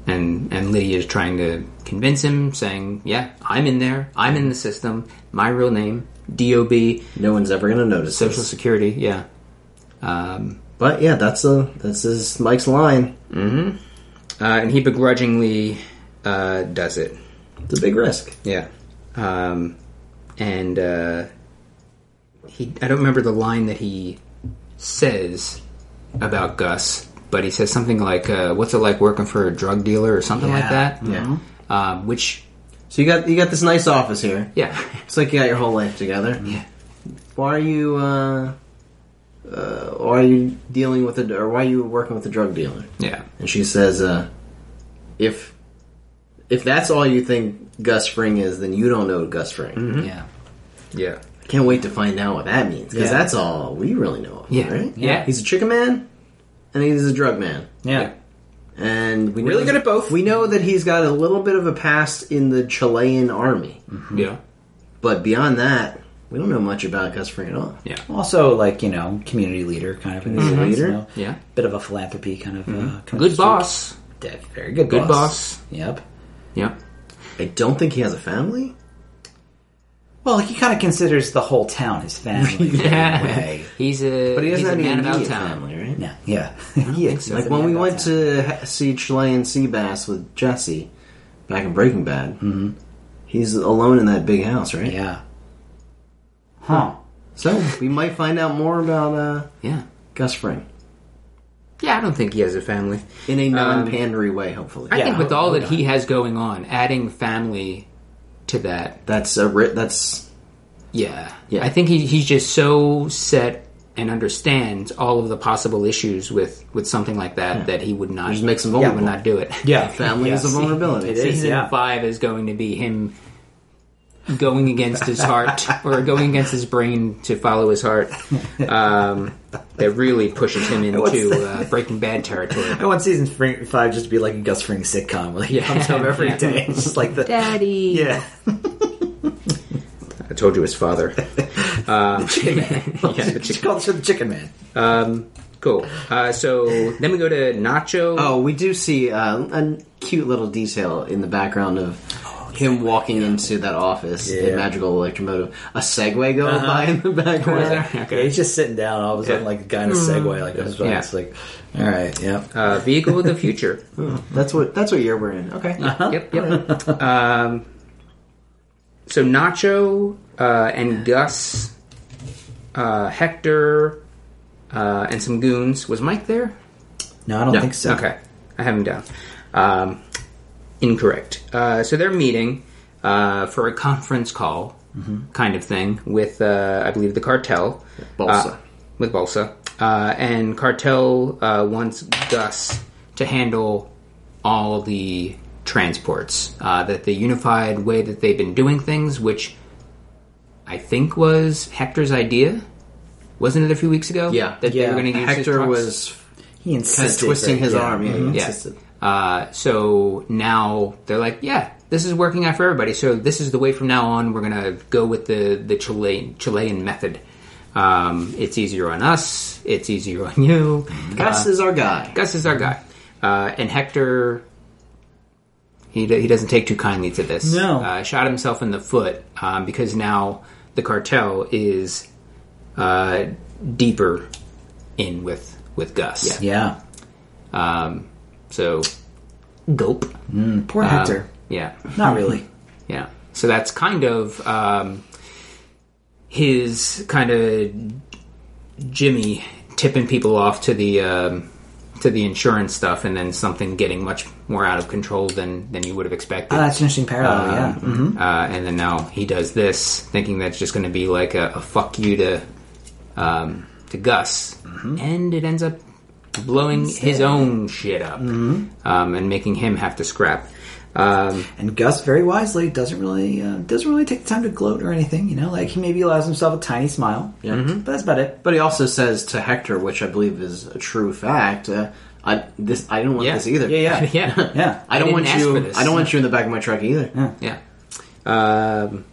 Speaker 2: and and Lydia is trying to convince him, saying, "Yeah, I'm in there. I'm in the system. My real name, DOB,
Speaker 4: No one's ever going to notice.
Speaker 2: Social
Speaker 4: this.
Speaker 2: Security. Yeah,
Speaker 4: But yeah, that's a this is Mike's line.
Speaker 2: uh, and he begrudgingly uh, does it.
Speaker 4: It's a big risk.
Speaker 2: Yeah. Um, and uh, he, I don't remember the line that he says about Gus, but he says something like, uh, "What's it like working for a drug dealer?" or something like
Speaker 3: Yeah.
Speaker 2: that.
Speaker 4: Yeah.
Speaker 2: Uh, which,
Speaker 4: So you got you got this nice office here.
Speaker 2: yeah,
Speaker 4: It's like you got your whole life together.
Speaker 2: Yeah.
Speaker 4: Why are you uh, uh why are you dealing with a or why are you working with a drug dealer?
Speaker 2: yeah,
Speaker 4: And she says, uh, if if that's all you think Gus Fring is, then you don't know Gus Fring.
Speaker 2: Mm-hmm.
Speaker 3: Yeah.
Speaker 2: Yeah.
Speaker 4: I can't wait to find out what that means because
Speaker 3: Yeah.
Speaker 4: that's all we really know. Of, him,
Speaker 2: Yeah.
Speaker 4: right?
Speaker 2: Yeah.
Speaker 4: He's a chicken man, and he's a drug man.
Speaker 3: Yeah.
Speaker 4: and we
Speaker 2: Really
Speaker 4: know,
Speaker 2: good at both.
Speaker 4: We know that he's got a little bit of a past in the Chilean army,
Speaker 2: Yeah.
Speaker 4: but beyond that, we don't know much about Gus Fring at all.
Speaker 2: Yeah.
Speaker 3: Also, like you know, community leader kind of in a sense,
Speaker 4: Leader?
Speaker 3: you know?
Speaker 2: Mm-hmm. Yeah. Mm-hmm.
Speaker 3: Bit of a philanthropy kind of. Uh, kind
Speaker 2: Good
Speaker 3: of
Speaker 2: boss.
Speaker 3: Yeah, very good.
Speaker 2: Good boss.
Speaker 3: Yep.
Speaker 2: Yeah.
Speaker 4: I don't think he has a family.
Speaker 3: Well, he kind of considers the whole town his family. in a way.
Speaker 2: He's a
Speaker 4: But he doesn't
Speaker 2: he's
Speaker 4: have
Speaker 2: a
Speaker 4: any
Speaker 2: man about
Speaker 4: immediate
Speaker 2: town.
Speaker 4: family, right?
Speaker 3: No, yeah. yeah.
Speaker 2: so.
Speaker 4: Like when we went to ha- see Chilean sea bass with Jesse back in Breaking Bad, mm-hmm. he's alone in that big house, right?
Speaker 3: Yeah. Huh.
Speaker 4: So we might find out more about uh,
Speaker 2: Yeah.
Speaker 4: Gus Fring
Speaker 2: Yeah, I don't think he has a family.
Speaker 4: in a non-pandery way, hopefully.
Speaker 2: Um, I
Speaker 3: Yeah.
Speaker 2: think with all
Speaker 3: oh,
Speaker 2: that he has going on, adding family to that,
Speaker 4: That's a ri- that's
Speaker 2: yeah,
Speaker 4: Yeah.
Speaker 2: I think he, he's just so set and understands all of the possible issues with with something like that that he would not
Speaker 4: just makes him
Speaker 2: would
Speaker 4: vulnerable.
Speaker 2: not do it.
Speaker 3: Yeah.
Speaker 4: Family is a vulnerability.
Speaker 3: It is.
Speaker 2: season
Speaker 3: Yeah.
Speaker 2: five is going to be him going against his heart or going against his brain to follow his heart. Um, that really pushes him into uh, Breaking Bad territory.
Speaker 3: I want season fr- five just to be like a Gus Fring sitcom where he
Speaker 2: Yeah.
Speaker 3: comes home every
Speaker 2: Yeah.
Speaker 3: day. It's just like the
Speaker 2: Daddy,
Speaker 3: yeah.
Speaker 2: I told you his father. Um, yeah, the
Speaker 3: She
Speaker 2: chicken.
Speaker 3: calls her the Chicken Man.
Speaker 2: Cool. Uh, so then we go to Nacho.
Speaker 4: Oh, we do see uh, a cute little detail in the background of him walking into that office, the
Speaker 3: Yeah.
Speaker 4: magical electromotive, a Segway going by in the background.
Speaker 3: Yeah, he's just sitting down. All of a sudden, like a guy in a Segway, like this.
Speaker 2: Yeah.
Speaker 3: Yeah. It's like, all right, yeah.
Speaker 2: Uh, vehicle of the future.
Speaker 4: That's what that's what year we're in. Okay.
Speaker 2: yep, yep. Um, so Nacho uh, and Gus, uh, Hector, uh, and some goons. Was Mike there?
Speaker 3: No, I don't
Speaker 2: No.
Speaker 3: think so.
Speaker 2: Okay, I have him down. Um, incorrect. Uh, so they're meeting uh, for a conference call,
Speaker 4: Mm-hmm.
Speaker 2: kind of thing, with uh, I believe the cartel,
Speaker 4: Balsa.
Speaker 2: Uh, with Balsa, uh, and cartel uh, wants Gus to handle all the transports. Uh, that the unified way that they've been doing things, which I think was Hector's idea. Wasn't it a few weeks ago?
Speaker 4: Yeah.
Speaker 2: that they
Speaker 3: Yeah.
Speaker 2: were going to use his
Speaker 4: Hector
Speaker 2: trucks?
Speaker 4: was
Speaker 3: He
Speaker 4: kind
Speaker 3: insisted
Speaker 4: of twisting
Speaker 3: that-
Speaker 4: his
Speaker 3: yeah.
Speaker 4: arm. Yeah, he
Speaker 2: Yeah.
Speaker 4: insisted.
Speaker 2: Uh, so now they're like, yeah, this is working out for everybody. So this is the way from now on. We're gonna go with the the Chilean Chilean method. Um, it's easier on us. It's easier on you.
Speaker 3: Mm-hmm.
Speaker 4: Gus is our guy.
Speaker 2: Gus is our guy, uh, and Hector. He, he doesn't take too kindly to this.
Speaker 3: No.
Speaker 2: uh, shot himself in the foot um, because now the cartel is uh, deeper in with with Gus.
Speaker 3: Yeah,
Speaker 2: So, gulp.
Speaker 3: poor
Speaker 4: Um,
Speaker 3: Hector.
Speaker 2: Yeah.
Speaker 3: Not really.
Speaker 2: Yeah. So that's kind of um, his kind of Jimmy tipping people off to the um, to the insurance stuff, and then something getting much more out of control than than you would have expected.
Speaker 3: Oh, that's an interesting parallel. yeah.
Speaker 4: um,
Speaker 3: Mhm.
Speaker 2: Uh, and then now he does this, thinking that's just going to be like a, a fuck you to um, to Gus,
Speaker 3: Mm-hmm.
Speaker 2: and it ends up blowing his own shit up
Speaker 3: Mm-hmm.
Speaker 2: um, and making him have to scrap. Um,
Speaker 3: And Gus very wisely doesn't really uh, doesn't really take the time to gloat or anything. You know, like he maybe allows himself a tiny smile. Yeah,
Speaker 4: Mm-hmm.
Speaker 3: but that's about it.
Speaker 4: But he also says to Hector, which I believe is a true fact. Uh, I this I don't want
Speaker 2: Yeah.
Speaker 4: this either.
Speaker 3: Yeah, yeah,
Speaker 2: yeah,
Speaker 3: yeah.
Speaker 4: I don't
Speaker 2: I
Speaker 4: want
Speaker 2: didn't ask
Speaker 4: you.
Speaker 2: for this.
Speaker 4: I don't want you in the back of my truck either.
Speaker 2: Yeah. Um,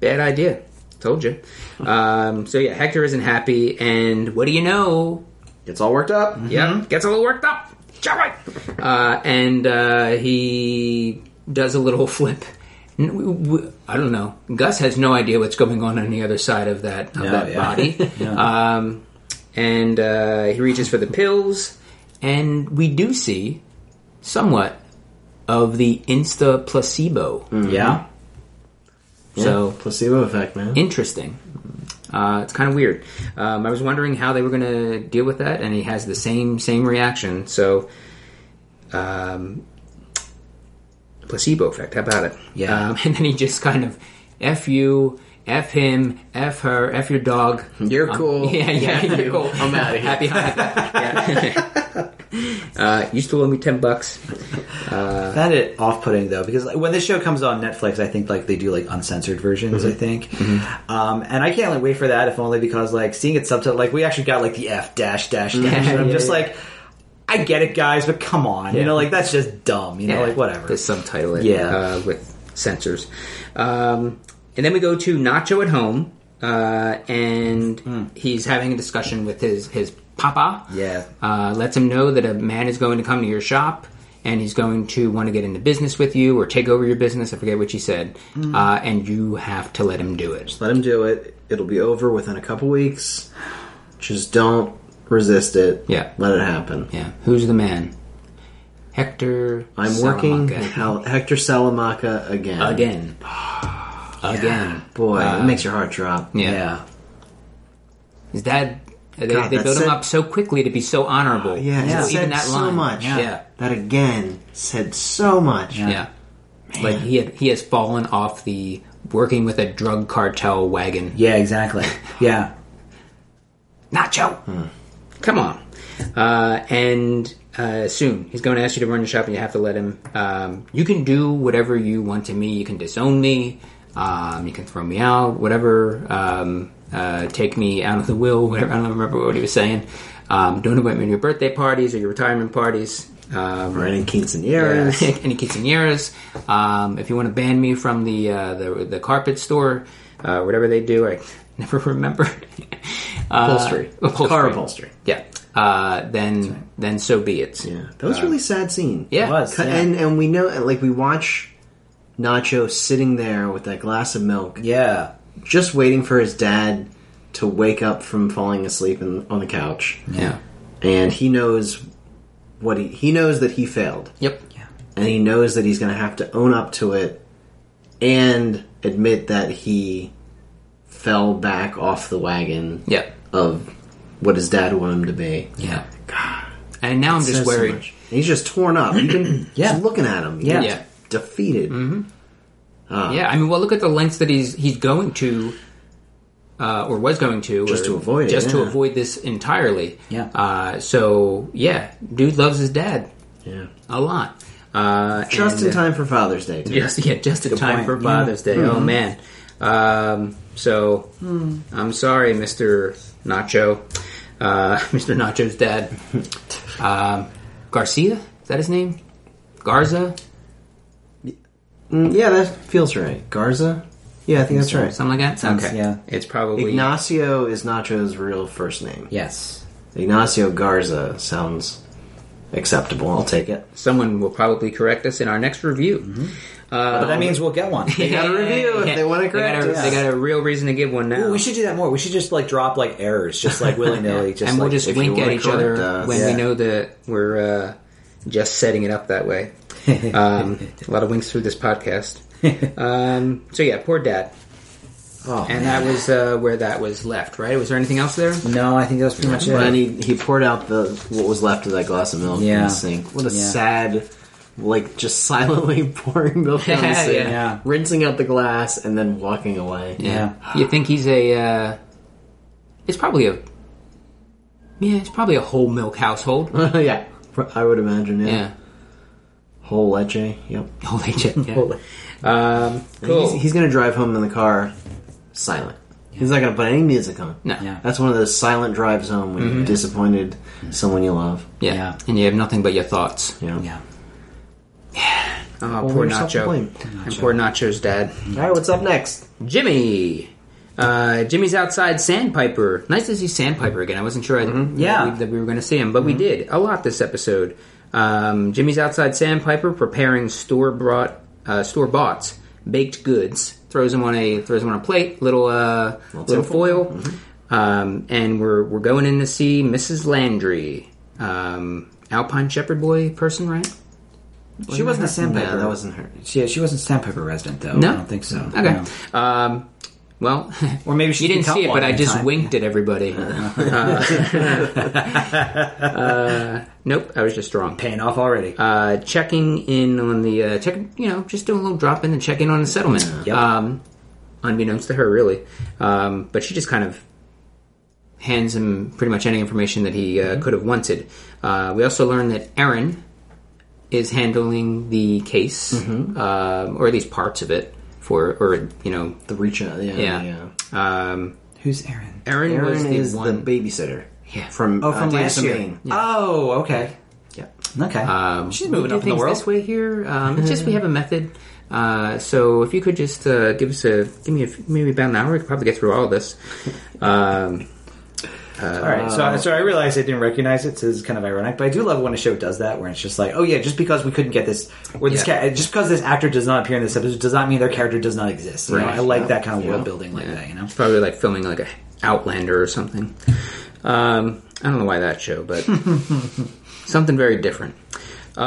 Speaker 2: bad idea. Told you. Um, so yeah, Hector isn't happy, and what do you know?
Speaker 4: It's all worked up.
Speaker 2: Yeah, gets a little worked up. Shall we? Uh, and uh, he does a little flip. N- w- w- I don't know. Gus has no idea what's going on on the other side of that of
Speaker 3: Yeah,
Speaker 2: that
Speaker 3: yeah.
Speaker 2: body.
Speaker 3: Yeah.
Speaker 2: Um, and uh, he reaches for the pills, and we do see somewhat of the insta placebo.
Speaker 3: yeah.
Speaker 2: So
Speaker 4: placebo effect, man.
Speaker 2: interesting. Uh, it's kind of weird. Um, I was wondering how they were going to deal with that, and he has the same same reaction. So, um, placebo effect. How about it?
Speaker 3: Yeah.
Speaker 2: Um, and then he just kind of f you, f him, f her, f your dog.
Speaker 4: You're cool.
Speaker 2: Yeah, yeah,
Speaker 4: Yeah,
Speaker 2: you're
Speaker 4: you.
Speaker 2: cool.
Speaker 4: I'm outta here.
Speaker 2: Happy high five. Yeah. Uh, you still owe me ten bucks.
Speaker 3: That it off-putting though, because like, when this show comes on Netflix, I think like they do like uncensored versions.
Speaker 4: Mm-hmm.
Speaker 3: I think, um, and I can't like wait for that. If only because like seeing it subtitled, like we actually got like the F dash dash dash, and I'm
Speaker 2: Yeah,
Speaker 3: just
Speaker 2: yeah.
Speaker 3: like, I get it, guys, but come on, you know, like that's just dumb, you know, like whatever.
Speaker 2: They subtitle it.
Speaker 3: Yeah.
Speaker 2: Uh, with censors. Um, and then we go to Nacho at home, uh, and he's having a discussion with his his papa.
Speaker 3: Yeah.
Speaker 2: Uh, lets him know that a man is going to come to your shop. And he's going to want to get into business with you or take over your business. I forget what she said. Uh, and you have to let him do it.
Speaker 4: Let him do it. It'll be over within a couple weeks. Just don't resist it.
Speaker 2: Yeah.
Speaker 4: Let it happen.
Speaker 2: Yeah. Who's the man? Hector.
Speaker 4: I'm working
Speaker 2: Salamanca.
Speaker 4: Hel- Hector Salamaca again.
Speaker 2: again. Again.
Speaker 4: Boy, it makes your heart drop.
Speaker 2: Yeah.
Speaker 3: yeah,
Speaker 2: His dad. They,
Speaker 4: God,
Speaker 2: they
Speaker 4: that
Speaker 2: built him
Speaker 4: said-
Speaker 2: up so quickly to be so honorable.
Speaker 4: Yeah,
Speaker 2: So
Speaker 4: it said
Speaker 2: even that
Speaker 4: so
Speaker 2: line.
Speaker 4: much.
Speaker 2: Yeah.
Speaker 4: That again said so much.
Speaker 2: Yeah. Like he had, he has fallen off the working with a drug cartel wagon.
Speaker 3: yeah, exactly. Yeah,
Speaker 2: Nacho, come on. Uh, and uh, soon he's going to ask you to run your shop, and you have to let him. Um, you can do whatever you want to me. You can disown me. Um, you can throw me out. Whatever. Um, uh, take me out of the will. Whatever. I don't remember what he was saying. Um, don't invite me to your birthday parties or your retirement parties. Um,
Speaker 4: Right in quinceañeras.
Speaker 2: yeah, any quinceañeras. Um, if you want to ban me from the uh, the, the carpet store, uh, whatever they do, I never remember. uh,
Speaker 4: Upholstery. Car upholstery.
Speaker 2: Yeah. Uh, then then so be it.
Speaker 4: Yeah. That was a really sad scene.
Speaker 2: Yeah. It
Speaker 3: was,
Speaker 4: Cu-
Speaker 3: yeah.
Speaker 4: And and we know like we watch Nacho sitting there with that glass of milk,
Speaker 3: yeah,
Speaker 4: just waiting for his dad to wake up from falling asleep in, on the couch.
Speaker 2: Yeah.
Speaker 4: And he knows what he he knows that he failed.
Speaker 2: Yep.
Speaker 4: and he knows that he's going to have to own up to it and admit that he fell back off the wagon
Speaker 2: Yep.
Speaker 4: of what his dad wanted him to be.
Speaker 2: Yeah. And now I'm
Speaker 4: Says
Speaker 2: just
Speaker 4: so
Speaker 2: worried.
Speaker 4: much. And he's just torn up. You can
Speaker 3: Yeah.
Speaker 4: just looking at him.
Speaker 3: Yeah.
Speaker 4: He's
Speaker 2: Yeah.
Speaker 4: defeated. Uh.
Speaker 2: yeah. I mean, well, look at the lengths that he's he's going to. Uh, or was going to
Speaker 4: Just
Speaker 2: or
Speaker 4: to avoid it,
Speaker 2: just to
Speaker 4: yeah.
Speaker 2: avoid this entirely
Speaker 3: Yeah.
Speaker 2: uh, so yeah dude loves his dad
Speaker 4: Yeah.
Speaker 2: a lot uh,
Speaker 4: Just
Speaker 2: and,
Speaker 4: in time for Father's Day. Too.
Speaker 2: Just yeah, just in time
Speaker 3: point,
Speaker 2: for
Speaker 3: yeah.
Speaker 2: Father's Day. Oh man. Um, so I'm sorry, Mr. Nacho, uh, Mr. Nacho's dad, um, Garcia. Is that his name? Garza,
Speaker 4: Mm, yeah, that feels right. Garza. Yeah, I think that's right.
Speaker 2: something like that.
Speaker 3: Sounds-
Speaker 2: okay,
Speaker 3: yeah.
Speaker 2: it's probably
Speaker 4: Ignacio is Nacho's real first name.
Speaker 3: yes,
Speaker 4: Ignacio Garza sounds acceptable. I'll take it.
Speaker 2: someone will probably correct us in our next review.
Speaker 3: but that means we'll get one.
Speaker 4: They got a review if they want to
Speaker 2: They got,
Speaker 4: correct
Speaker 2: a,
Speaker 4: us.
Speaker 2: they got a real reason to give one now.
Speaker 3: Ooh, we should do that more. We should just like drop like errors, just like willy nilly, just
Speaker 2: and we'll
Speaker 3: like,
Speaker 2: just
Speaker 4: if you
Speaker 2: wink at
Speaker 4: wanna
Speaker 2: each
Speaker 4: correct
Speaker 2: other
Speaker 4: us.
Speaker 2: when we
Speaker 3: Yeah.
Speaker 2: know that we're uh, just setting it up that way. Um, a lot of winks through this podcast. Um, so yeah, poor dad.
Speaker 3: Oh,
Speaker 2: And
Speaker 3: man.
Speaker 2: that was uh, where that was left, right? Was there anything else there?
Speaker 3: no, I think that was pretty much it.
Speaker 4: But then he, he poured out the what was left of that glass of milk in
Speaker 3: Yeah.
Speaker 4: the sink. What a
Speaker 3: Yeah.
Speaker 4: sad, like just silently pouring milk in the
Speaker 2: Yeah,
Speaker 4: sink,
Speaker 2: yeah.
Speaker 3: Yeah.
Speaker 4: rinsing out the glass, and then walking away.
Speaker 3: Yeah.
Speaker 2: You think he's a? Uh, it's probably a. Yeah, it's probably a whole milk household.
Speaker 4: yeah, I would imagine. Yeah,
Speaker 2: Yeah,
Speaker 4: whole leche. Yep.
Speaker 2: holy shit. Yeah. Um, cool.
Speaker 4: He's, he's gonna drive home in the car, silent. He's not gonna put any music on.
Speaker 2: no.
Speaker 3: Yeah.
Speaker 4: That's one of those silent drives home when you're disappointed someone you love.
Speaker 2: Yeah.
Speaker 3: Yeah.
Speaker 2: and you have nothing but your thoughts.
Speaker 4: Yeah.
Speaker 3: Yeah.
Speaker 2: Oh,
Speaker 4: Well,
Speaker 2: poor
Speaker 4: yourself to
Speaker 2: Nacho.
Speaker 4: blame.
Speaker 2: And poor Nacho's dad.
Speaker 4: All right, what's up next?
Speaker 2: Jimmy. Uh, Jimmy's outside Sandpiper. Nice to see Sandpiper again. I wasn't sure I, that
Speaker 3: Mm-hmm. Yeah. Mm-hmm.
Speaker 2: we- that, we, were going to see him, but we did a lot this episode. Um, Jimmy's outside Sandpiper preparing store brought uh, store bought baked goods. Throws them on a throws them on a plate, little uh, little foil,
Speaker 3: Mm-hmm.
Speaker 2: um, and we're we're going in to see Mrs. Landry, um, Alpine Shepherd Boy person, right?
Speaker 3: She wasn't a
Speaker 4: No,
Speaker 3: sandpiper.
Speaker 4: that wasn't her.
Speaker 3: She, she wasn't sandpiper resident though. I don't think so.
Speaker 2: Okay.
Speaker 3: No.
Speaker 2: Um, well,
Speaker 3: Or maybe she
Speaker 2: you didn't
Speaker 3: can
Speaker 2: see it,
Speaker 3: cut
Speaker 2: but
Speaker 3: one
Speaker 2: I
Speaker 3: at a
Speaker 2: just
Speaker 3: time.
Speaker 2: winked at everybody. uh, uh, nope, I was just wrong.
Speaker 3: Paying off already.
Speaker 2: Uh, checking in on the uh, check, you know, just doing a little drop in and check in on the settlement.
Speaker 3: Yep.
Speaker 2: Um, unbeknownst to her, really, um, but she just kind of hands him pretty much any information that he uh, could have wanted. Uh, we also learn that Aaron is handling the case, um, or at least parts of it, for or you know,
Speaker 4: The reach out. Yeah.
Speaker 2: yeah.
Speaker 4: yeah.
Speaker 2: Um,
Speaker 3: Who's Aaron?
Speaker 2: Aaron,
Speaker 4: Aaron
Speaker 2: was the
Speaker 4: is
Speaker 2: one.
Speaker 4: the babysitter.
Speaker 2: Yeah.
Speaker 4: From
Speaker 3: Oh, from
Speaker 4: uh,
Speaker 3: last
Speaker 4: Dancing
Speaker 3: year.
Speaker 4: Bane.
Speaker 3: Oh, okay,
Speaker 2: yeah.
Speaker 3: okay.
Speaker 2: Um,
Speaker 3: She's
Speaker 2: we
Speaker 3: moving
Speaker 2: do
Speaker 3: up in the
Speaker 2: things
Speaker 3: world.
Speaker 2: this way here. Um, it's just we have a method. Uh, so if you could just uh, give us a give me a, f- maybe about an hour, we could probably get through all of this. Um,
Speaker 3: All right, so, so I realized I didn't recognize it, so it's kind of ironic. But I do love when a show does that, where it's just like, oh yeah, just because we couldn't get this, or this
Speaker 2: Yeah.
Speaker 3: ca- just because this actor does not appear in this episode, does not mean their character does not exist. You know,
Speaker 2: Right.
Speaker 3: I like that kind of world building like that. You know,
Speaker 2: It's probably like filming like a Outlander or something. Um, I don't know why that show, but something very different.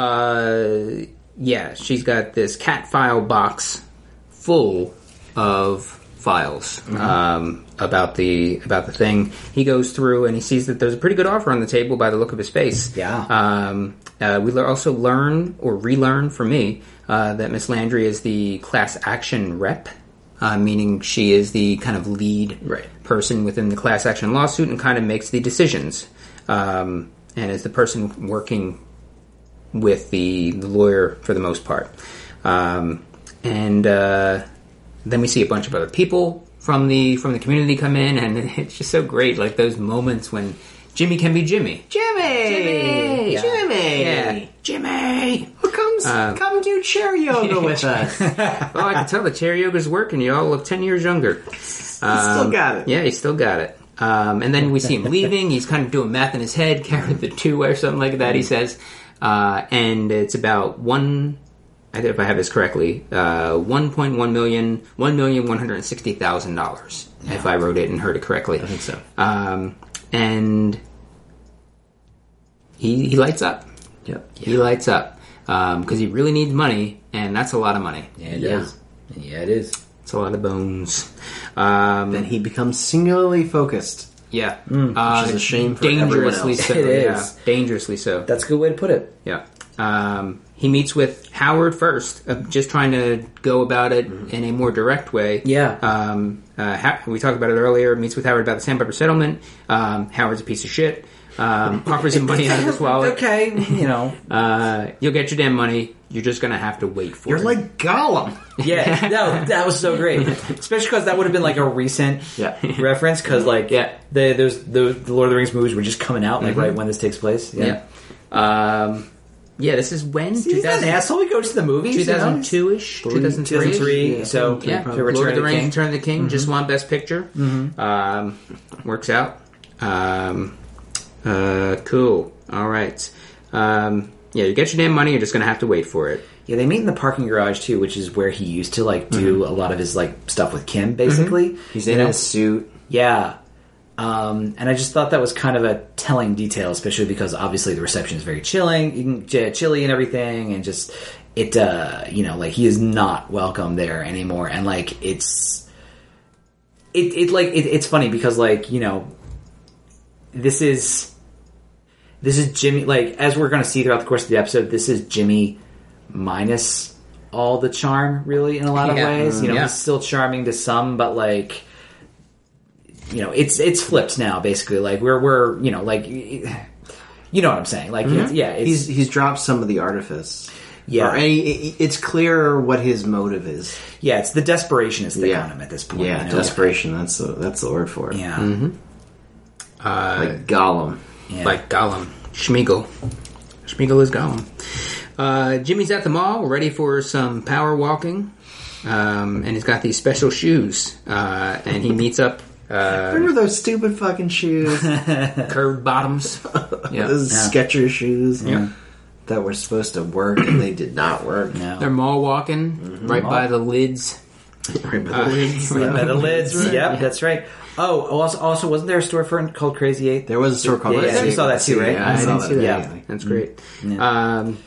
Speaker 2: Uh, yeah, she's got this cat file box full of files um, about the about the thing. He goes through and he sees that there's a pretty good offer on the table by the look of his face.
Speaker 3: Yeah.
Speaker 2: Um, uh, we lear- also learn or relearn for me uh, that Miss Landry is the class action rep, uh, meaning she is the kind of lead
Speaker 4: Right.
Speaker 2: person within the class action lawsuit and kind of makes the decisions um, and is the person working with the, the lawyer for the most part. Um, and uh, then we see a bunch of other people from the from the community come in, and it's just so great. Like those moments when Jimmy can be Jimmy.
Speaker 3: Jimmy,
Speaker 2: Jimmy,
Speaker 3: yeah.
Speaker 2: Jimmy, Jimmy.
Speaker 3: comes
Speaker 2: Uh,
Speaker 3: come do chair yoga with us.
Speaker 2: Oh, I can tell the chair yoga's working. You all look ten years younger.
Speaker 4: Still got it.
Speaker 2: Um, Yeah, he still got it. Um, and then we see him leaving. He's kind of doing math in his head, carrying the two or something like
Speaker 4: Mm-hmm.
Speaker 2: that. He says, uh, and it's about one. I think if I have this correctly, uh, one point one million, one million one hundred sixty thousand dollars. If I wrote it and heard it correctly, I think
Speaker 4: so.
Speaker 2: Um, and he he lights up.
Speaker 4: Yep.
Speaker 2: He lights up because he really needs money, and that's a lot of money.
Speaker 3: Yeah, it
Speaker 4: Yeah.
Speaker 3: is. Yeah, it is.
Speaker 2: It's a lot of bones. Um,
Speaker 4: And he becomes singularly focused.
Speaker 2: Yeah,
Speaker 4: Mm,
Speaker 2: Uh,
Speaker 4: which is a shame for everyone
Speaker 2: dangerously
Speaker 4: else.
Speaker 2: so.
Speaker 3: It
Speaker 2: yeah.
Speaker 3: is.
Speaker 2: dangerously so.
Speaker 3: That's a good way to put it.
Speaker 2: yeah. Um, he meets with Howard first, uh, just trying to go about it
Speaker 4: Mm-hmm.
Speaker 2: in a more direct way.
Speaker 3: Yeah.
Speaker 2: Um, uh, Ho- we talked about it earlier. Meets with Howard about the sandpiper settlement. Um, Howard's a piece of shit. Um, offers him money out of his wallet.
Speaker 3: okay, you know,
Speaker 2: Uh, you'll get your damn money. You're just gonna have to wait for
Speaker 4: You're
Speaker 2: it.
Speaker 4: like Gollum.
Speaker 3: yeah, that, that was so great, especially because that would have been like a recent
Speaker 4: Yeah.
Speaker 3: reference because like
Speaker 2: Yeah.
Speaker 3: the those the, the Lord of the Rings movies were just coming out like right when this takes place. Mm-hmm. Yeah.
Speaker 2: yeah. Um, yeah, this is when
Speaker 3: He's not an
Speaker 2: 2000-
Speaker 3: asshole. We go to the movies. you know?
Speaker 2: 2002 ish, 2003
Speaker 3: 2003. So
Speaker 2: Yeah,
Speaker 3: to
Speaker 2: Lord
Speaker 3: Return
Speaker 2: of the
Speaker 3: of the
Speaker 2: Rings,
Speaker 3: King.
Speaker 2: Return of the King, Mm-hmm. just won Best Picture. Um, works out. Um, uh, cool. All right. Um, yeah, you get your damn money. You're just gonna have to wait for it.
Speaker 3: Yeah, they meet in the parking garage too, which is where he used to like do a lot of his like stuff with Kim. Basically,
Speaker 4: Mm-hmm. He's
Speaker 3: You
Speaker 4: in
Speaker 3: know?
Speaker 4: his suit.
Speaker 3: Yeah. Um, and I just thought that was kind of a telling detail, especially because obviously the reception is very chilling, you can- ch- chilly and everything, and just it, uh, you know, like he is not welcome there anymore, and like it's, it, it like it, it's funny because like you know, this is, this is Jimmy. Like as we're going to see throughout the course of the episode, this is Jimmy minus all the charm, really, in a lot of
Speaker 2: Yeah.
Speaker 3: ways. You know,
Speaker 2: Yeah.
Speaker 3: he's still charming to some, but like you know it's it's flipped now basically like we're we're you know like you know what i'm saying like it's, yeah it's,
Speaker 4: Mm-hmm. He's he's dropped some of the artifice.
Speaker 3: Yeah.
Speaker 4: Or any, it- it's clear what his motive is.
Speaker 3: yeah it's the desperation is thick
Speaker 4: Yeah.
Speaker 3: on him at this point
Speaker 4: Yeah, Mm-hmm.
Speaker 3: you know?
Speaker 4: desperation. That's the that's the word for it.
Speaker 3: yeah
Speaker 4: Like Gollum.
Speaker 3: Yeah.
Speaker 2: Like Gollum, Schmiegel. Schmiegel is Gollum. Uh, Jimmy's at the mall, ready for some power walking, um, and he's got these special shoes. Uh, and he meets up uh,
Speaker 4: Remember those stupid fucking shoes?
Speaker 2: curved bottoms. Yeah.
Speaker 4: those Skechers shoes.
Speaker 2: Yeah.
Speaker 4: That were supposed to work and they did not work.
Speaker 3: No.
Speaker 2: They're mall walking
Speaker 3: Mm-hmm.
Speaker 2: right by the lids.
Speaker 4: Right, but the lids,
Speaker 3: Yeah,
Speaker 4: uh,
Speaker 3: the lids yep that's right oh also, also wasn't there a store for called crazy eight
Speaker 4: There was a store called
Speaker 3: Yeah,
Speaker 4: Crazy
Speaker 3: yeah, you saw that too, right?
Speaker 4: Yeah, I,
Speaker 3: I
Speaker 4: saw
Speaker 3: didn't
Speaker 4: that.
Speaker 3: see that. Yeah. Mm-hmm.
Speaker 4: immediately.
Speaker 2: That's great. Um,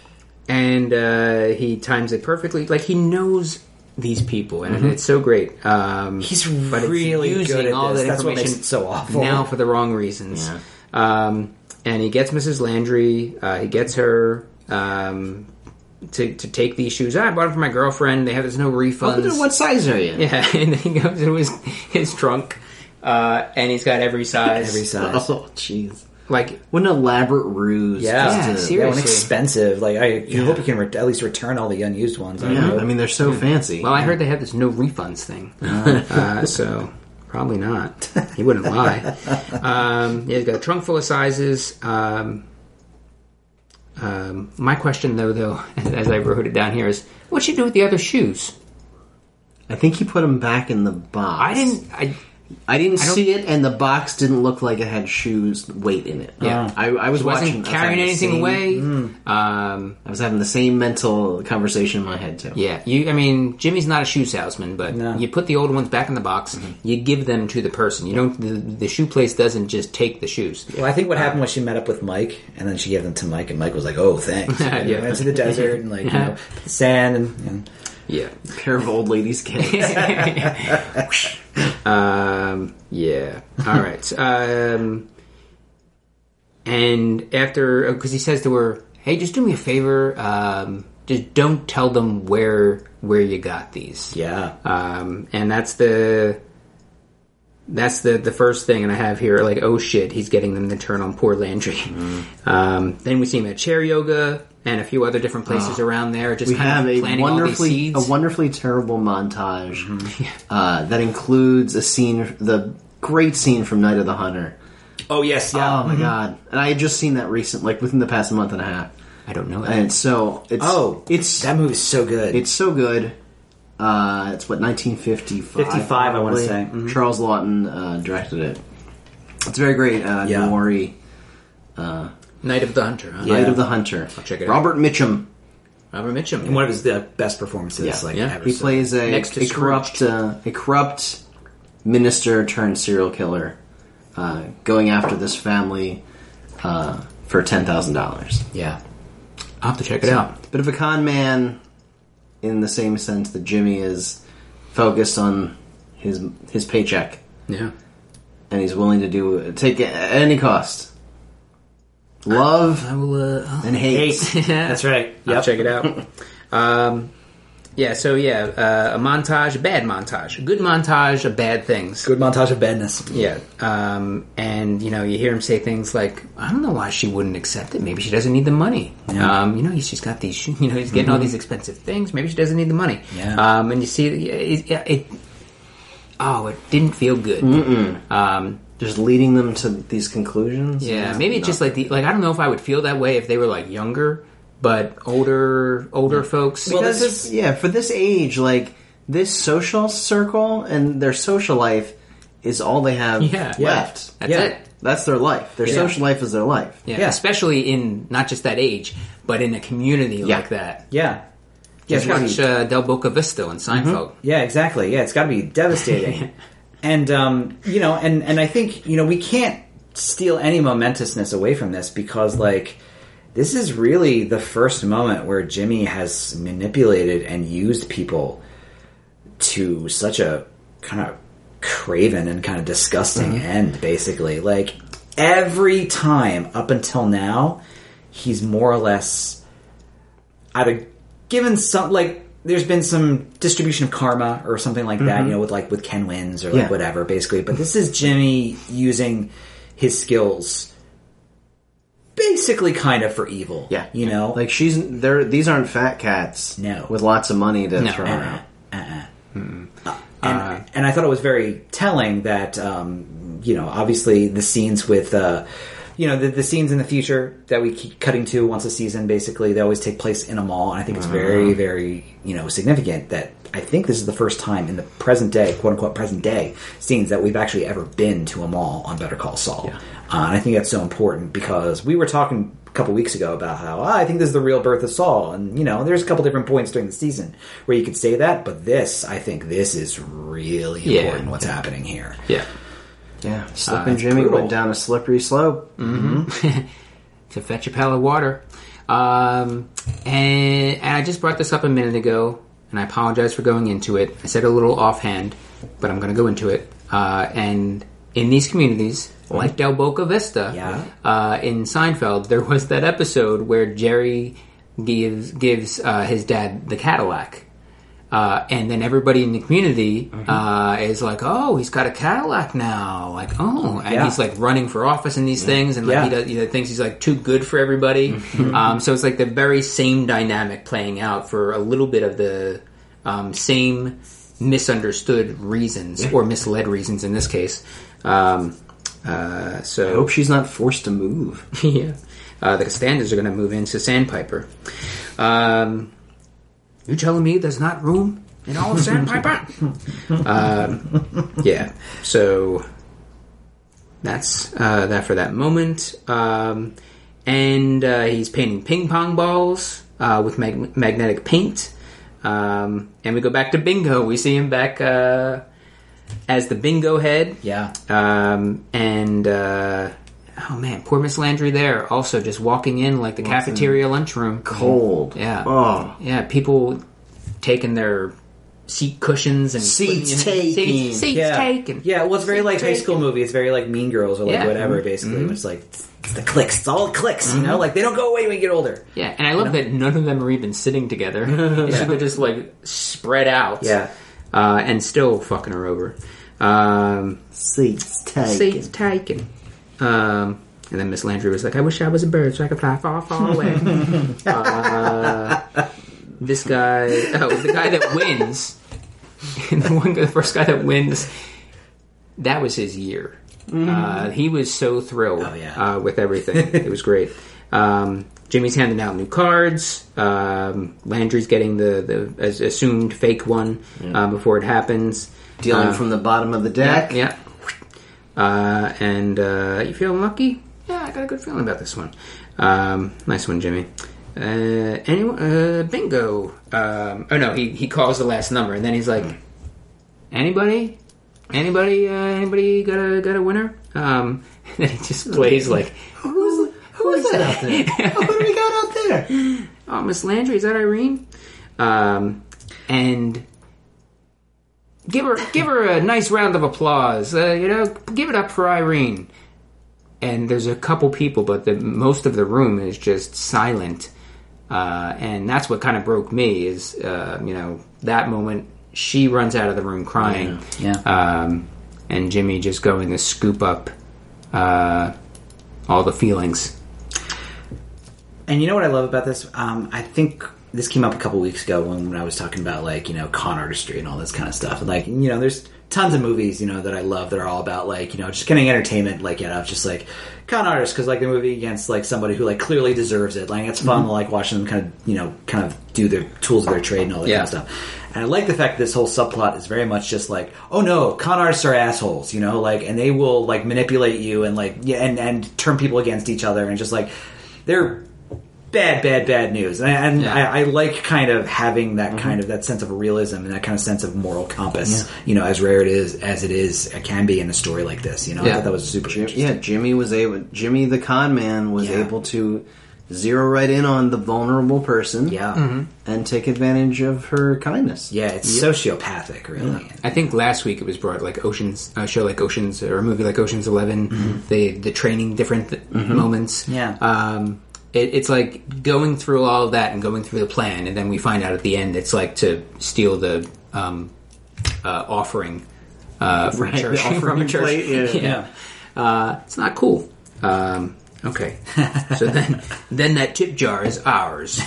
Speaker 2: and uh, he times it perfectly. Like he knows these people, and it's so great. Um,
Speaker 3: Mm-hmm. he's
Speaker 2: but it's
Speaker 3: really
Speaker 2: using
Speaker 3: good at
Speaker 2: all
Speaker 3: this.
Speaker 2: that
Speaker 3: that's what
Speaker 2: information
Speaker 3: makes it so awful
Speaker 2: now for the wrong reasons. Um, and he gets Mrs. Landry. Uh, he gets her. Um, to, to take these shoes, Ah, I bought them for my girlfriend. They have there's no refunds.
Speaker 4: Look at What size are you?
Speaker 2: Yeah, and then he goes into his his trunk, uh, and he's got every size.
Speaker 3: Every size.
Speaker 4: Oh, jeez.
Speaker 2: Like
Speaker 4: What an elaborate ruse.
Speaker 3: Yeah,
Speaker 4: just
Speaker 2: Yeah,
Speaker 4: to-
Speaker 2: seriously.
Speaker 3: and expensive. Like I, you hope you can ret at least return all the unused ones. I
Speaker 4: Yeah,
Speaker 3: hope.
Speaker 4: I mean, they're
Speaker 3: Hmm.
Speaker 4: so fancy.
Speaker 2: Well, Oh, I heard they have this no refunds thing, uh, so probably not. He wouldn't lie. Um, yeah, he's got a trunk full of sizes. Um, um, my question, though, though, as I wrote it down here, is what'd you do with the other shoes?
Speaker 4: I think he put them back in the box.
Speaker 2: I didn't. I
Speaker 4: I didn't
Speaker 2: don't-
Speaker 4: see it, and the box didn't look like it had shoes weight in it.
Speaker 2: Yeah.
Speaker 4: I, I was watching.
Speaker 2: wasn't
Speaker 4: I was having
Speaker 2: carrying
Speaker 4: the
Speaker 2: anything
Speaker 4: same-
Speaker 2: away. Um,
Speaker 4: I was having the same mental conversation in my head too.
Speaker 2: yeah, you. I mean, Jimmy's not a shoe salesman, but
Speaker 3: No.
Speaker 2: you put the old ones back in the box. You give them to the person. You don't. The, the shoe place doesn't just take the shoes.
Speaker 3: Well, I think what happened was she met up with Mike, and then she gave them to Mike, and Mike was like, "Oh, thanks."
Speaker 2: Yeah.
Speaker 3: And they went to the desert and like you know, sand and, and
Speaker 2: Yeah.
Speaker 4: pair of old ladies' kids.
Speaker 2: um, yeah. All right. Um, and after, because he says to her, "Hey, just do me a favor. Um, just don't tell them where where you got these."
Speaker 3: yeah.
Speaker 2: Um, and that's the that's the the first thing. And I have here like, oh shit, he's getting them to turn on poor Landry.
Speaker 4: Mm-hmm.
Speaker 2: Um, then we see him at chair yoga and a few other different places around there. Just
Speaker 4: Ah. we
Speaker 2: kind
Speaker 4: have
Speaker 2: of
Speaker 4: a
Speaker 2: planting all these
Speaker 4: wonderfully a
Speaker 2: seeds.
Speaker 4: wonderfully terrible montage uh, that includes a scene, the great scene from Night of the Hunter.
Speaker 2: oh yes, yeah.
Speaker 4: Oh my god! And I had just seen that recent, like within the past month and a half.
Speaker 2: I don't know.
Speaker 4: And so it's
Speaker 3: Oh,
Speaker 4: it's
Speaker 3: that movie's so good.
Speaker 4: It's so good. Uh, it's what 1955.
Speaker 3: 55, I wanna
Speaker 4: probably.
Speaker 3: say. Mhm.
Speaker 4: Charles Lawton uh, directed it. It's very great. Uh,
Speaker 3: Yeah.
Speaker 4: Nori,
Speaker 2: Night of the Hunter. Huh?
Speaker 4: Night of the Hunter.
Speaker 2: check it out.
Speaker 4: Robert Mitchum.
Speaker 2: Robert Mitchum.
Speaker 3: one of his uh, best performances.
Speaker 4: Yeah,
Speaker 3: like
Speaker 2: yeah.
Speaker 3: ever.
Speaker 4: He
Speaker 3: So-
Speaker 4: plays a,
Speaker 2: Next to
Speaker 4: a corrupt uh, a corrupt minister turned serial killer, uh, going after this family uh, for ten thousand dollars.
Speaker 3: Yeah.
Speaker 2: I'll have to check it out.
Speaker 4: Bit of a con man, in the same sense that Jimmy is focused on his his paycheck.
Speaker 2: Yeah.
Speaker 4: and he's willing to do take it at any cost. Love
Speaker 2: I will. Uh,
Speaker 4: and hate.
Speaker 3: That's right.
Speaker 2: I'll
Speaker 3: Yep.
Speaker 2: check it out. um, yeah. So yeah, uh, a montage, a bad montage, a good montage of bad things.
Speaker 3: Good montage of badness.
Speaker 2: Yeah. Um, and, you know, you hear him say things like, I don't know why she wouldn't accept it. Maybe she doesn't need the money. Um, you know, she's got these, sho- you know, he's getting all these expensive things. Maybe she doesn't need the money.
Speaker 3: Yeah.
Speaker 2: Um, and you see, it, it, it oh, it didn't feel good. Um,
Speaker 4: Just leading them to these conclusions.
Speaker 2: yeah, maybe it's just like the, like, I don't know if I would feel that way if they were like younger, but older, older folks.
Speaker 3: Well,
Speaker 4: Because
Speaker 3: this is-
Speaker 4: it's- yeah, for this age, like this social circle and their social life is all they have
Speaker 2: Yeah. Yeah.
Speaker 4: left.
Speaker 2: that's
Speaker 3: yeah.
Speaker 2: it.
Speaker 4: That's their life. Their social life is their life.
Speaker 2: Yeah.
Speaker 3: Yeah.
Speaker 2: Especially in not just that age, but in a community
Speaker 4: Yeah.
Speaker 2: like that.
Speaker 3: Yeah. Yeah. Mm-hmm.
Speaker 2: Just
Speaker 3: it's gotta be-
Speaker 2: watch uh, Del Boca Vista in Seinfeld.
Speaker 3: Yeah, exactly. Yeah, it's got to be devastating. and um, you know, and and I think you know we can't steal any momentousness away from this because like this is really the first moment where Jimmy has manipulated and used people to such a kind of craven and kind of disgusting
Speaker 4: Mm-hmm.
Speaker 3: end basically like every time up until now he's more or less either given some like there's been some distribution of karma or something like that you know with like with ken wins or like
Speaker 4: Mm-hmm. Yeah.
Speaker 3: whatever basically but this is jimmy using his skills basically kind of for evil
Speaker 4: Yeah.
Speaker 3: you know
Speaker 4: Like she's there. These aren't fat cats.
Speaker 3: No.
Speaker 4: with lots of money to
Speaker 2: No.
Speaker 4: throw around.
Speaker 3: Uh-uh. and, and I thought it was very telling that um, you know obviously the scenes with uh, you know the, the scenes in the future that we keep cutting to once a season basically they always take place in a mall and I think it's very very you know significant that I think this is the first time in the present day quote unquote present day scenes that we've actually ever been to a mall on Better Call Saul uh, and I think that's so important because we were talking a couple weeks ago about how ah, I think this is the real birth of Saul, and you know, there's a couple different points during the season where you could say that, but this, I think, this is really
Speaker 2: Yeah.
Speaker 3: important. What's happening here?
Speaker 2: Yeah.
Speaker 4: Yeah, Slip and Jimmy
Speaker 3: brutal.
Speaker 4: went down a slippery slope.
Speaker 2: Mm. to fetch a pail of water. Um, and, and I just brought this up a minute ago, and I apologize for going into it. I said it a little offhand, but I'm going to go into it. Uh, and in these communities, like Del Boca Vista,
Speaker 3: Yeah.
Speaker 2: uh, in Seinfeld, there was that episode where Jerry gives gives uh, his dad the Cadillac. Uh, and then everybody in the community
Speaker 3: Mm-hmm.
Speaker 2: uh, is like, "Oh, he's got a Cadillac now!" Like, "Oh," and
Speaker 3: Yeah.
Speaker 2: he's like running for office in these things, and like he,
Speaker 3: Yeah. Mm-hmm.
Speaker 2: does, you know, thinks he's like too good for everybody. um, so it's like the very same dynamic playing out for a little bit of the um, same misunderstood reasons or misled reasons in this case. Um, uh, so
Speaker 4: I hope she's not forced to move.
Speaker 2: yeah. Uh, the Costanzas are going to move into Sandpiper. Um, you telling me there's not room in all of Sandpiper? um, yeah. So that's uh, that for that moment. Um, and uh, he's painting ping pong balls uh, with mag- magnetic paint. Um, and we go back to Bingo. We see him back uh, as the Bingo head.
Speaker 3: Yeah.
Speaker 2: Um, and uh, oh man, poor Miss Landry there. Also, just walking in like the cafeteria lunchroom,
Speaker 4: Cold.
Speaker 2: Yeah.
Speaker 4: Oh.
Speaker 2: Yeah, people taking their seat cushions and
Speaker 4: Seats
Speaker 2: putting in-
Speaker 4: taken.
Speaker 2: Seats, seats
Speaker 3: Yeah.
Speaker 2: taken.
Speaker 3: Yeah, well, it's very
Speaker 2: Seats
Speaker 3: like high
Speaker 2: taken.
Speaker 3: school movie. It's very like Mean Girls or like
Speaker 2: Yeah. Mm-hmm.
Speaker 3: whatever, basically. It's like it's the clicks. It's all clicks, you know. Like they don't go away when you get older.
Speaker 2: Yeah, and I love that none of them are even sitting together. It's like They're just like spread out.
Speaker 3: Yeah.
Speaker 2: Uh, and still fucking her over. Um,
Speaker 4: Seats taken.
Speaker 2: seats taken. Um, and then Miss Landry was like, "I wish I was a bird so I could fly far, far away." uh, this guy, oh, the guy that wins, the one, the first guy that wins, that was his year. Uh, he was so thrilled
Speaker 3: Oh, yeah.
Speaker 2: uh, with everything; it was great. Um, Jimmy's handing out new cards. Um, Landry's getting the the as assumed fake one uh, before it happens.
Speaker 4: Dealing
Speaker 2: Uh,
Speaker 4: from the bottom of the deck.
Speaker 2: yeah. Uh, and uh, you feeling lucky? Yeah, I got a good feeling about this one. Um, nice one, Jimmy. Uh, anyone? Uh, bingo. Um, oh no, he he calls the last number, and then he's like, anybody, anybody, uh, anybody got a got a winner? Um, and then he just plays like,
Speaker 4: Who's, who is that out there? Who do we got out there?
Speaker 2: oh, Miss Landry, is that Irene? Um, and give her give her a nice round of applause. Uh, you know, give it up for Irene. And there's a couple people, but the most of the room is just silent. Uh, and that's what kind of broke me is, uh, you know, that moment she runs out of the room crying.
Speaker 3: Yeah.
Speaker 2: Um, and Jimmy just going to scoop up uh, all the feelings.
Speaker 3: And you know what I love about this? Um, I think this came up a couple weeks ago when, when I was talking about like you know con artistry and all this kind of stuff. Like you know, there's tons of movies you know that I love that are all about like you know just getting entertainment. Like you know, just like con artists because like the movie against like somebody who like clearly deserves it. Like it's fun like watching them kind of you know kind of do their tools of their trade and all that
Speaker 2: Yeah.
Speaker 3: kind of stuff. And I like the fact that this whole subplot is very much just like, oh no, con artists are assholes, you know, like, and they will like manipulate you and like, yeah, and and turn people against each other and just like, they're bad, bad, bad news. And, and
Speaker 2: Yeah. Mm-hmm.
Speaker 3: I, I like kind of having that kind of that sense of realism and that kind of sense of moral compass, you know, as rare it is as it is, it can be in a story like this. You know, I
Speaker 2: Yeah.
Speaker 3: thought that was super interesting.
Speaker 4: Yeah, Jimmy was able. Jimmy the con man was
Speaker 3: Yeah.
Speaker 4: able to zero right in on the vulnerable person.
Speaker 3: Yeah.
Speaker 4: and take advantage of her kindness.
Speaker 3: Yeah, it's sociopathic, really.
Speaker 2: I think last week it was brought like Oceans, a show like Oceans, or a movie like Oceans 11 the the training different th- moments.
Speaker 3: Yeah.
Speaker 2: um, it, it's like going through all of that and going through the plan, and then we find out at the end it's like to steal the um, uh, offering uh, from
Speaker 4: the
Speaker 2: church from a
Speaker 4: offering
Speaker 2: church.
Speaker 4: plate, yeah.
Speaker 2: yeah. Uh, it's not cool. Um, okay, so then then that tip jar is ours.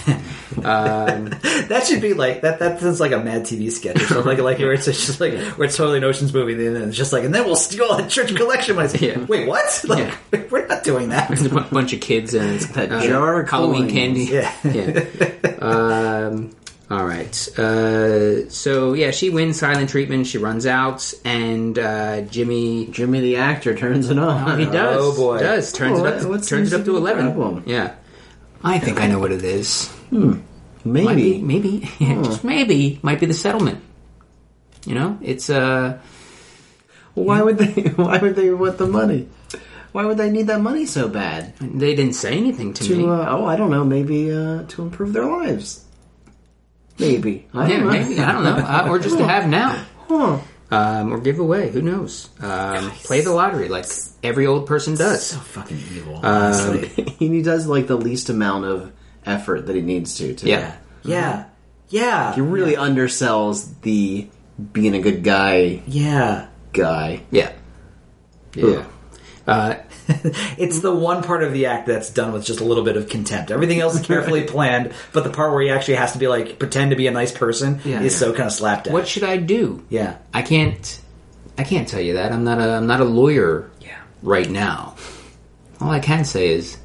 Speaker 3: That should be like that. That sounds like a Mad TV sketch or something like like where it's just like where it's totally an Ocean's movie, and then it's just like, and then we'll steal a church collection. money. It's like,
Speaker 2: Yeah.
Speaker 3: Wait, what? Like, we're not doing that.
Speaker 2: There's a bu- bunch of kids and it's
Speaker 4: That jar of
Speaker 2: Uh, Halloween
Speaker 4: coins.
Speaker 2: candy.
Speaker 3: Yeah.
Speaker 2: Um, all right. Uh, so yeah, she wins silent treatment. She runs out, and uh, Jimmy.
Speaker 4: Jimmy the actor turns it on.
Speaker 2: He does.
Speaker 3: Oh, boy.
Speaker 2: Does turns
Speaker 4: Oh,
Speaker 2: it up.
Speaker 4: what
Speaker 2: Turns
Speaker 4: seems
Speaker 2: it up to
Speaker 4: to be the
Speaker 2: eleven.
Speaker 4: problem?
Speaker 2: Yeah. I think I know what it is. Might be,
Speaker 4: Maybe.
Speaker 2: maybe, Hmm. Yeah, just maybe, might be the settlement. You know, it's uh,
Speaker 4: Why would they? Why would they want the money? Why would they need that money so bad?
Speaker 2: they didn't say anything to, me.
Speaker 4: To uh, oh, I don't know. Maybe uh, to improve their lives. Maybe. I
Speaker 2: yeah,
Speaker 4: don't know.
Speaker 2: maybe I don't know, uh, or just to have now.
Speaker 4: Huh.
Speaker 2: um, or give away. Who knows? Um, play the lottery like every old person does.
Speaker 3: So fucking evil.
Speaker 2: Uh,
Speaker 3: Honestly.
Speaker 4: he does like the least amount of effort that he needs to. to
Speaker 2: Yeah.
Speaker 3: yeah. Yeah.
Speaker 4: He really undersells the being a good guy
Speaker 3: Yeah.
Speaker 4: guy.
Speaker 2: Yeah. Yeah. Uh,
Speaker 3: It's the one part of the act that's done with just a little bit of contempt. Everything else is carefully planned, but the part where he actually has to be like pretend to be a nice person
Speaker 2: Yeah,
Speaker 3: is
Speaker 2: yeah.
Speaker 3: so kind of slapped at.
Speaker 2: what should I do?
Speaker 3: Yeah.
Speaker 2: I can't. I can't tell you that. I'm not a. I'm not a lawyer.
Speaker 3: Yeah.
Speaker 2: Right now, all I can say is,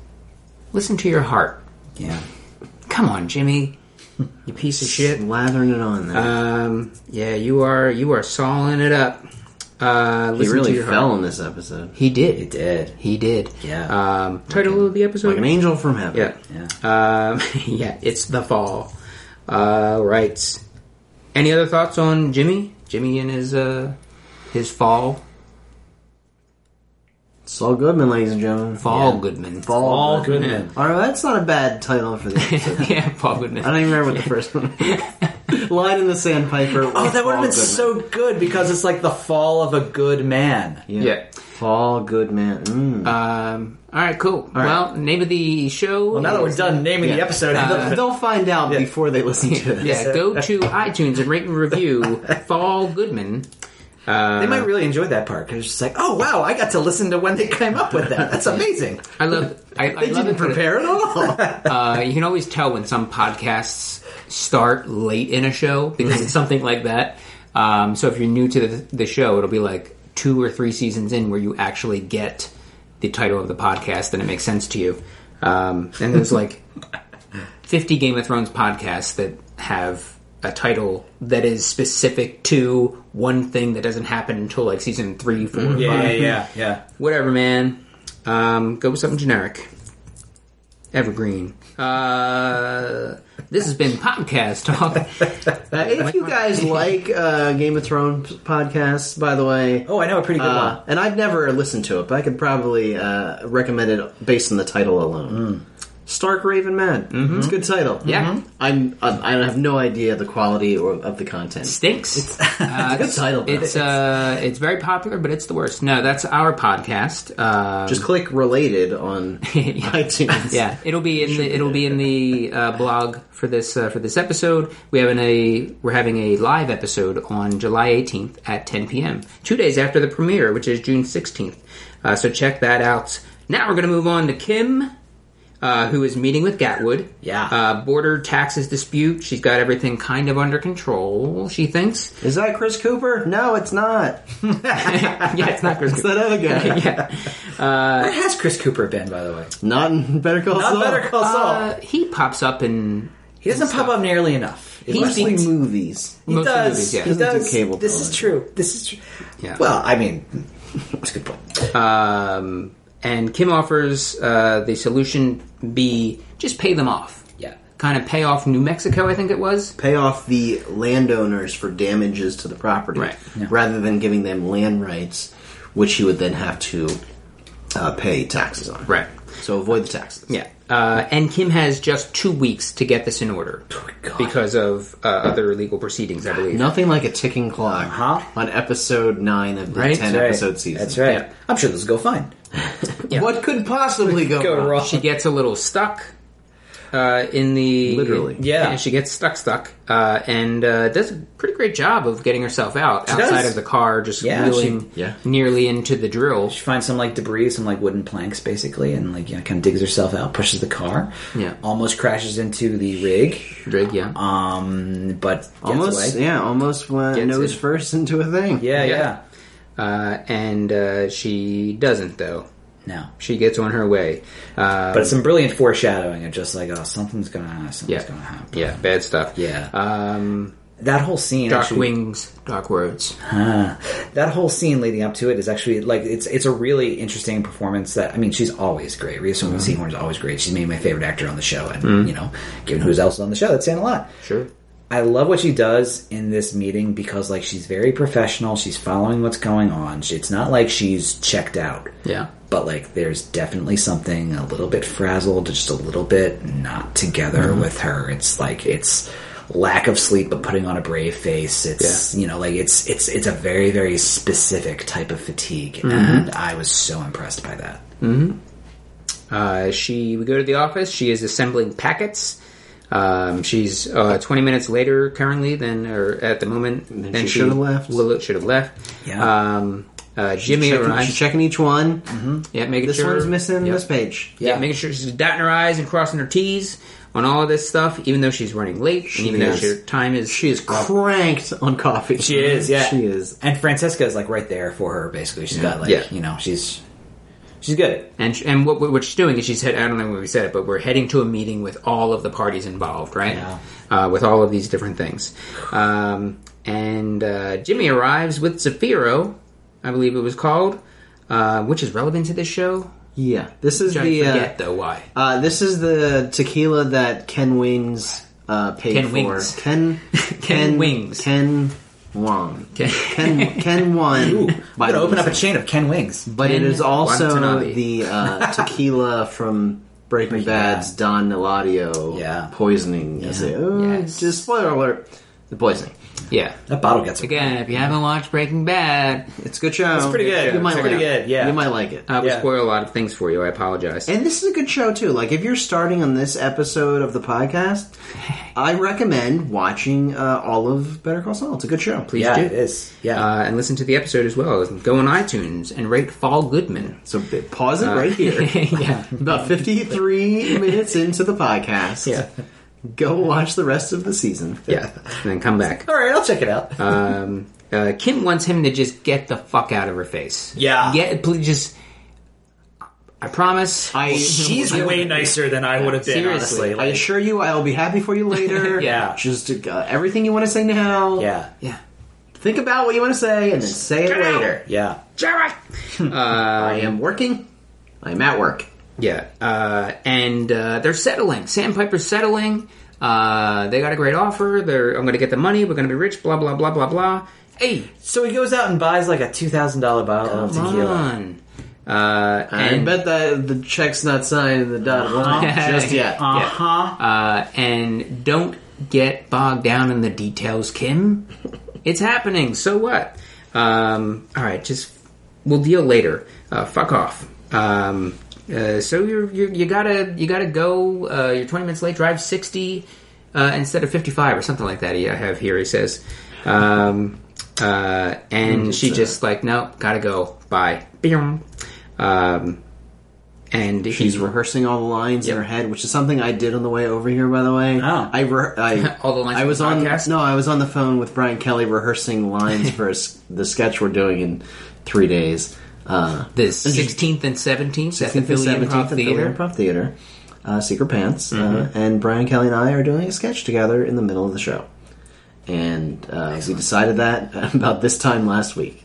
Speaker 2: listen to your heart.
Speaker 3: Yeah.
Speaker 2: Come on, Jimmy. You piece of shit.
Speaker 4: Lathering it on there.
Speaker 2: Um, yeah, you are. You are sawing it up. Uh,
Speaker 4: he
Speaker 2: listen to
Speaker 4: really
Speaker 2: your
Speaker 4: fell
Speaker 2: Heart.
Speaker 4: in this episode. Uh,
Speaker 2: He did. He
Speaker 3: did.
Speaker 2: He did.
Speaker 3: Yeah.
Speaker 2: Um, title of the episode.
Speaker 4: Like an angel from heaven.
Speaker 2: Yeah.
Speaker 3: Yeah.
Speaker 2: Um, yeah, it's the fall. Uh, right. Any other thoughts on Jimmy? Jimmy and his uh, his fall.
Speaker 4: Saul Goodman, ladies and gentlemen.
Speaker 2: Fall Goodman.
Speaker 4: Fall
Speaker 3: All good
Speaker 4: Goodman.
Speaker 3: men.
Speaker 4: All right, that's not a bad title for the episode.
Speaker 2: yeah, Fall Goodman.
Speaker 4: I don't even remember what the first one. Line in the Sandpiper.
Speaker 3: Oh, that would have been so good because it's like the fall of a good man.
Speaker 2: Yeah.
Speaker 4: Paul Goodman. Mm.
Speaker 2: Um, all right, cool.
Speaker 4: right.
Speaker 2: Well, name of the show.
Speaker 3: Well, now that we're done naming the
Speaker 2: Yeah. Uh,
Speaker 3: episode,
Speaker 4: They'll- They'll find out
Speaker 3: yeah.
Speaker 4: before they listen to this.
Speaker 2: Yeah, go to iTunes and rate and review Fall Goodman.
Speaker 3: they might really enjoy that part because it's just like, oh wow, I got to listen to when they came up with that. That's amazing.
Speaker 2: I love. I, I
Speaker 3: They
Speaker 2: love
Speaker 3: didn't
Speaker 2: it for the-
Speaker 3: prepare at all.
Speaker 2: Uh, you can always tell when some podcasts start late in a show because it's something like that. Um, so if you're new to the, the show, it'll be like two or three seasons in where you actually get the title of the podcast and it makes sense to you. Um, and there's like 50 Game of Thrones podcasts that have a title that is specific to one thing that doesn't happen until like season three, four, or
Speaker 3: yeah,
Speaker 2: five.
Speaker 3: yeah, yeah.
Speaker 2: Whatever, man. Um, go with something generic. Evergreen. Uh, this has been Podcast Talk.
Speaker 4: Uh, if you guys like uh, Game of Thrones podcasts, by the way,
Speaker 3: Oh, I know a pretty good
Speaker 4: uh,
Speaker 3: one.
Speaker 4: and I've never listened to it, but I could probably uh, recommend it based on the title alone. Stark Raven Man. It's a good title. Mm-hmm.
Speaker 2: Yeah. Mhm.
Speaker 4: I'm, I'm. I have no idea the quality or of the content.
Speaker 2: Stinks. It's, uh,
Speaker 4: Good title. though.
Speaker 2: it's, uh, it's very popular, but it's the worst. No, that's our podcast. Uh,
Speaker 4: Just click related on iTunes.
Speaker 2: yeah, it'll be in the it'll be in the uh, blog for this uh, for this episode. We having a we're having a live episode on July 18th at 10 p.m. Two days after the premiere, which is June 16th. Uh, so check that out. Now we're going to move on to Kim, uh, who is meeting with Gatwood.
Speaker 3: Yeah.
Speaker 2: uh, border taxes dispute. She's got everything kind of under control. She thinks.
Speaker 4: Is that Chris Cooper? No, it's not.
Speaker 2: yeah, it's not Chris.
Speaker 4: It's that other guy.
Speaker 2: yeah,
Speaker 3: Where has Chris Cooper been, by the way?
Speaker 4: Not in Better Call
Speaker 3: Not
Speaker 4: Saul.
Speaker 3: Better Call Saul.
Speaker 2: uh, he pops up in
Speaker 3: he doesn't pop up nearly enough. He
Speaker 4: Mostly movies.
Speaker 3: He
Speaker 2: Most
Speaker 3: does.
Speaker 2: movies, yeah.
Speaker 3: He
Speaker 4: Doesn't do
Speaker 3: does.
Speaker 4: cable
Speaker 3: this is true. This is true.
Speaker 2: Yeah.
Speaker 3: Well, I mean, that's a good point.
Speaker 2: Um, and Kim offers uh, the solution be just pay them off.
Speaker 3: Yeah.
Speaker 2: Kind of pay off New Mexico, I think it was.
Speaker 4: Pay off the landowners for damages to the property,
Speaker 2: Right.
Speaker 3: Yeah.
Speaker 4: rather than giving them land rights, which you would then have to uh, pay taxes on.
Speaker 2: Right.
Speaker 4: So avoid the taxes.
Speaker 2: Yeah. Uh, and Kim has just two weeks to get this in order
Speaker 3: Oh God. Ah,
Speaker 2: because of uh, other legal proceedings, I believe.
Speaker 4: Nothing like a ticking clock
Speaker 3: Uh-huh.
Speaker 4: on episode nine of the
Speaker 2: Right.
Speaker 4: ten
Speaker 2: That's
Speaker 3: Right.
Speaker 4: episode season.
Speaker 3: That's right.
Speaker 2: Yeah.
Speaker 3: I'm sure this will go fine.
Speaker 4: What could possibly go,
Speaker 3: Go wrong.
Speaker 2: She gets a little stuck uh, in the
Speaker 4: Literally.
Speaker 3: Yeah.
Speaker 2: she gets stuck, stuck, uh, and uh, does a pretty great job of getting herself out outside
Speaker 3: does.
Speaker 2: of the car, just
Speaker 3: Yeah,
Speaker 2: wheeling
Speaker 4: she- yeah.
Speaker 2: nearly into the drill.
Speaker 3: She finds some like debris, some like wooden planks, basically, and like you know, kind of digs herself out, pushes the car.
Speaker 2: Yeah.
Speaker 3: Almost crashes into the rig.
Speaker 2: Drake, yeah.
Speaker 3: Um, but gets
Speaker 4: Almost,
Speaker 3: away.
Speaker 4: yeah, almost went
Speaker 2: Gets
Speaker 4: nose
Speaker 2: it.
Speaker 4: first into a thing.
Speaker 3: Yeah. Yeah.
Speaker 2: Yeah. uh, and uh, she doesn't though.
Speaker 3: No.
Speaker 2: She gets on her way. Uh,
Speaker 3: But it's some brilliant foreshadowing of just like, oh, something's gonna, something's
Speaker 2: yeah,
Speaker 3: gonna happen.
Speaker 2: yeah, bad stuff.
Speaker 3: Yeah.
Speaker 2: Um,
Speaker 3: That whole scene.
Speaker 2: dark
Speaker 3: actually-
Speaker 2: wings, dark roads.
Speaker 3: Ah, that whole scene leading up to it is actually like it's it's a really interesting performance. That I mean, she's always great. Rhea Swanson Seymour is always great. She's maybe my favorite actor on the show, and you know, given who's else on the show, that's saying a lot.
Speaker 2: Sure.
Speaker 3: I love what she does in this meeting because like she's very professional. She's following what's going on. She- It's not like she's checked out.
Speaker 2: Yeah.
Speaker 3: But like, there's definitely something a little bit frazzled, just a little bit not together
Speaker 2: Mm-hmm.
Speaker 3: with her. It's like it's lack of sleep, but putting on a brave face. It's you know, like it's it's it's a very very specific type of fatigue,
Speaker 2: Mm-hmm.
Speaker 3: and I was so impressed by that.
Speaker 2: Uh, she we go to the office. She is assembling packets. Um, she's uh, 20 minutes later currently than, or at the moment, than,
Speaker 4: she should've left.
Speaker 2: Willet should have left.
Speaker 3: Yeah.
Speaker 2: Um, uh, Jimmy
Speaker 4: checking,
Speaker 2: arrives.
Speaker 4: she's checking each one.
Speaker 2: yeah, making
Speaker 4: This
Speaker 2: sure
Speaker 4: one's missing
Speaker 2: Yep.
Speaker 4: this
Speaker 2: Yeah.
Speaker 4: page.
Speaker 3: Mm-hmm. Yeah.
Speaker 2: making sure she's dotting her I's and crossing her T's on all of this stuff, even though she's running late, and even
Speaker 4: is.
Speaker 2: though her time is
Speaker 4: She is cranked on coffee.
Speaker 3: She is, yeah.
Speaker 4: She is.
Speaker 3: And Francesca is like right there for her. Basically, she's got like
Speaker 2: Yeah.
Speaker 3: you know she's she's good.
Speaker 2: And and what what she's doing is she's head. I don't know when we said it, but we're heading to a meeting with all of the parties involved, right?
Speaker 3: Yeah.
Speaker 2: Uh, with all of these different things. Um, and uh, Jimmy arrives with Zafiro, I believe it was called, uh, which is relevant to this show.
Speaker 4: Yeah. This is
Speaker 2: Which I
Speaker 4: the.
Speaker 2: forget
Speaker 4: uh,
Speaker 2: though why.
Speaker 4: uh, this is the tequila that Ken Wings uh, paid
Speaker 2: Ken
Speaker 4: for.
Speaker 2: Wings.
Speaker 4: Ken, Ken
Speaker 2: Wings.
Speaker 4: Ken Wong.
Speaker 2: Ken-
Speaker 4: Ken, Ken Wong.
Speaker 3: Ooh,
Speaker 4: by
Speaker 3: I'm gonna
Speaker 4: the
Speaker 3: open up a
Speaker 4: Wings.
Speaker 3: chain of Ken Wings.
Speaker 4: But it
Speaker 2: Ken
Speaker 4: is also
Speaker 2: Watanabe.
Speaker 4: the uh, tequila from Breaking Bad's Don Eladio
Speaker 3: Yeah.
Speaker 4: poisoning. Is it? Oh,
Speaker 2: Yes.
Speaker 4: Just spoiler alert. The poisoning.
Speaker 2: Yeah.
Speaker 3: That bottle gets
Speaker 2: Again, if you haven't watched Breaking Bad,
Speaker 4: It's a good show. It's
Speaker 3: pretty good.
Speaker 4: You might
Speaker 3: It's
Speaker 4: like
Speaker 3: pretty
Speaker 4: it.
Speaker 3: good, yeah.
Speaker 4: You might like it.
Speaker 2: I will
Speaker 3: Yeah.
Speaker 2: Uh, spoil a lot of things for you. I apologize.
Speaker 4: And this is a good show too. Like if you're starting on this episode of the podcast, I recommend watching uh, all of Better Call Saul. It's a good show. Please
Speaker 3: Yeah,
Speaker 2: do.
Speaker 3: it is. Yeah,
Speaker 2: uh, and listen to the episode as well. Go on iTunes and rate Fall Goodman.
Speaker 4: So b- pause it right here.
Speaker 2: Uh, yeah.
Speaker 4: About 53 minutes into the podcast.
Speaker 2: Yeah.
Speaker 4: Go watch the rest of the season.
Speaker 2: Yeah. And then come back.
Speaker 3: all right, I'll check it out.
Speaker 2: Um, uh, Kim wants him to just get the fuck out of her face.
Speaker 3: Yeah.
Speaker 2: Get, please just. I promise.
Speaker 4: I,
Speaker 3: She's way nicer than I would have been.
Speaker 2: Seriously,
Speaker 3: honestly,
Speaker 4: I
Speaker 3: like,
Speaker 4: assure you, I'll be happy for you later.
Speaker 3: Yeah.
Speaker 4: Just uh, everything you want to say now.
Speaker 3: yeah,
Speaker 2: yeah.
Speaker 4: Think about what you want to say and then say it
Speaker 2: Get out.
Speaker 4: later.
Speaker 3: yeah.
Speaker 2: Jared!
Speaker 4: I am working. I'm at work.
Speaker 2: Yeah. Uh, and uh, they're settling. Sandpiper's settling. Uh, they got a great offer. They're, I'm going to get the money. We're going to be rich. Blah, blah, blah, blah, blah. Hey,
Speaker 3: So he goes out and buys like a two thousand dollar bottle of
Speaker 2: come
Speaker 3: tequila.
Speaker 2: on. Uh,
Speaker 4: I
Speaker 2: and- Uh-huh.
Speaker 4: bet that the check's not signed in the dotted line just yet.
Speaker 2: Yeah.
Speaker 3: Uh-huh.
Speaker 2: Uh, and don't get bogged down in the details, Kim. It's happening. So what? Um, all right, just we'll deal later. Uh, fuck off. Um, uh, so you're, you're you gotta you gotta go. Uh, you're 20 minutes late. Drive 60 uh, instead of 55 or something like that. he- I have here. He says. Um, uh, and she just like no, gotta go. Bye. Beom. Um, and
Speaker 4: She's
Speaker 2: he's
Speaker 4: rehearsing all the lines in her head, which is something I did on the way over here. By the way,
Speaker 3: Oh.
Speaker 4: I, re- I
Speaker 2: All the lines
Speaker 4: I
Speaker 2: for
Speaker 4: was
Speaker 2: the
Speaker 4: on
Speaker 2: podcast?
Speaker 4: no, I was on the phone with Brian Kelly rehearsing lines for s the sketch we're doing in three days. Uh,
Speaker 2: the 16th and 17th at the
Speaker 4: 16th and
Speaker 2: Philly
Speaker 4: 17th
Speaker 2: Improv
Speaker 4: at the Philly
Speaker 2: Theater.
Speaker 4: Improv Theater, uh, Secret Pants, uh, and Brian Kelly and I are doing a sketch together in the middle of the show, and uh, we decided that about this time last week.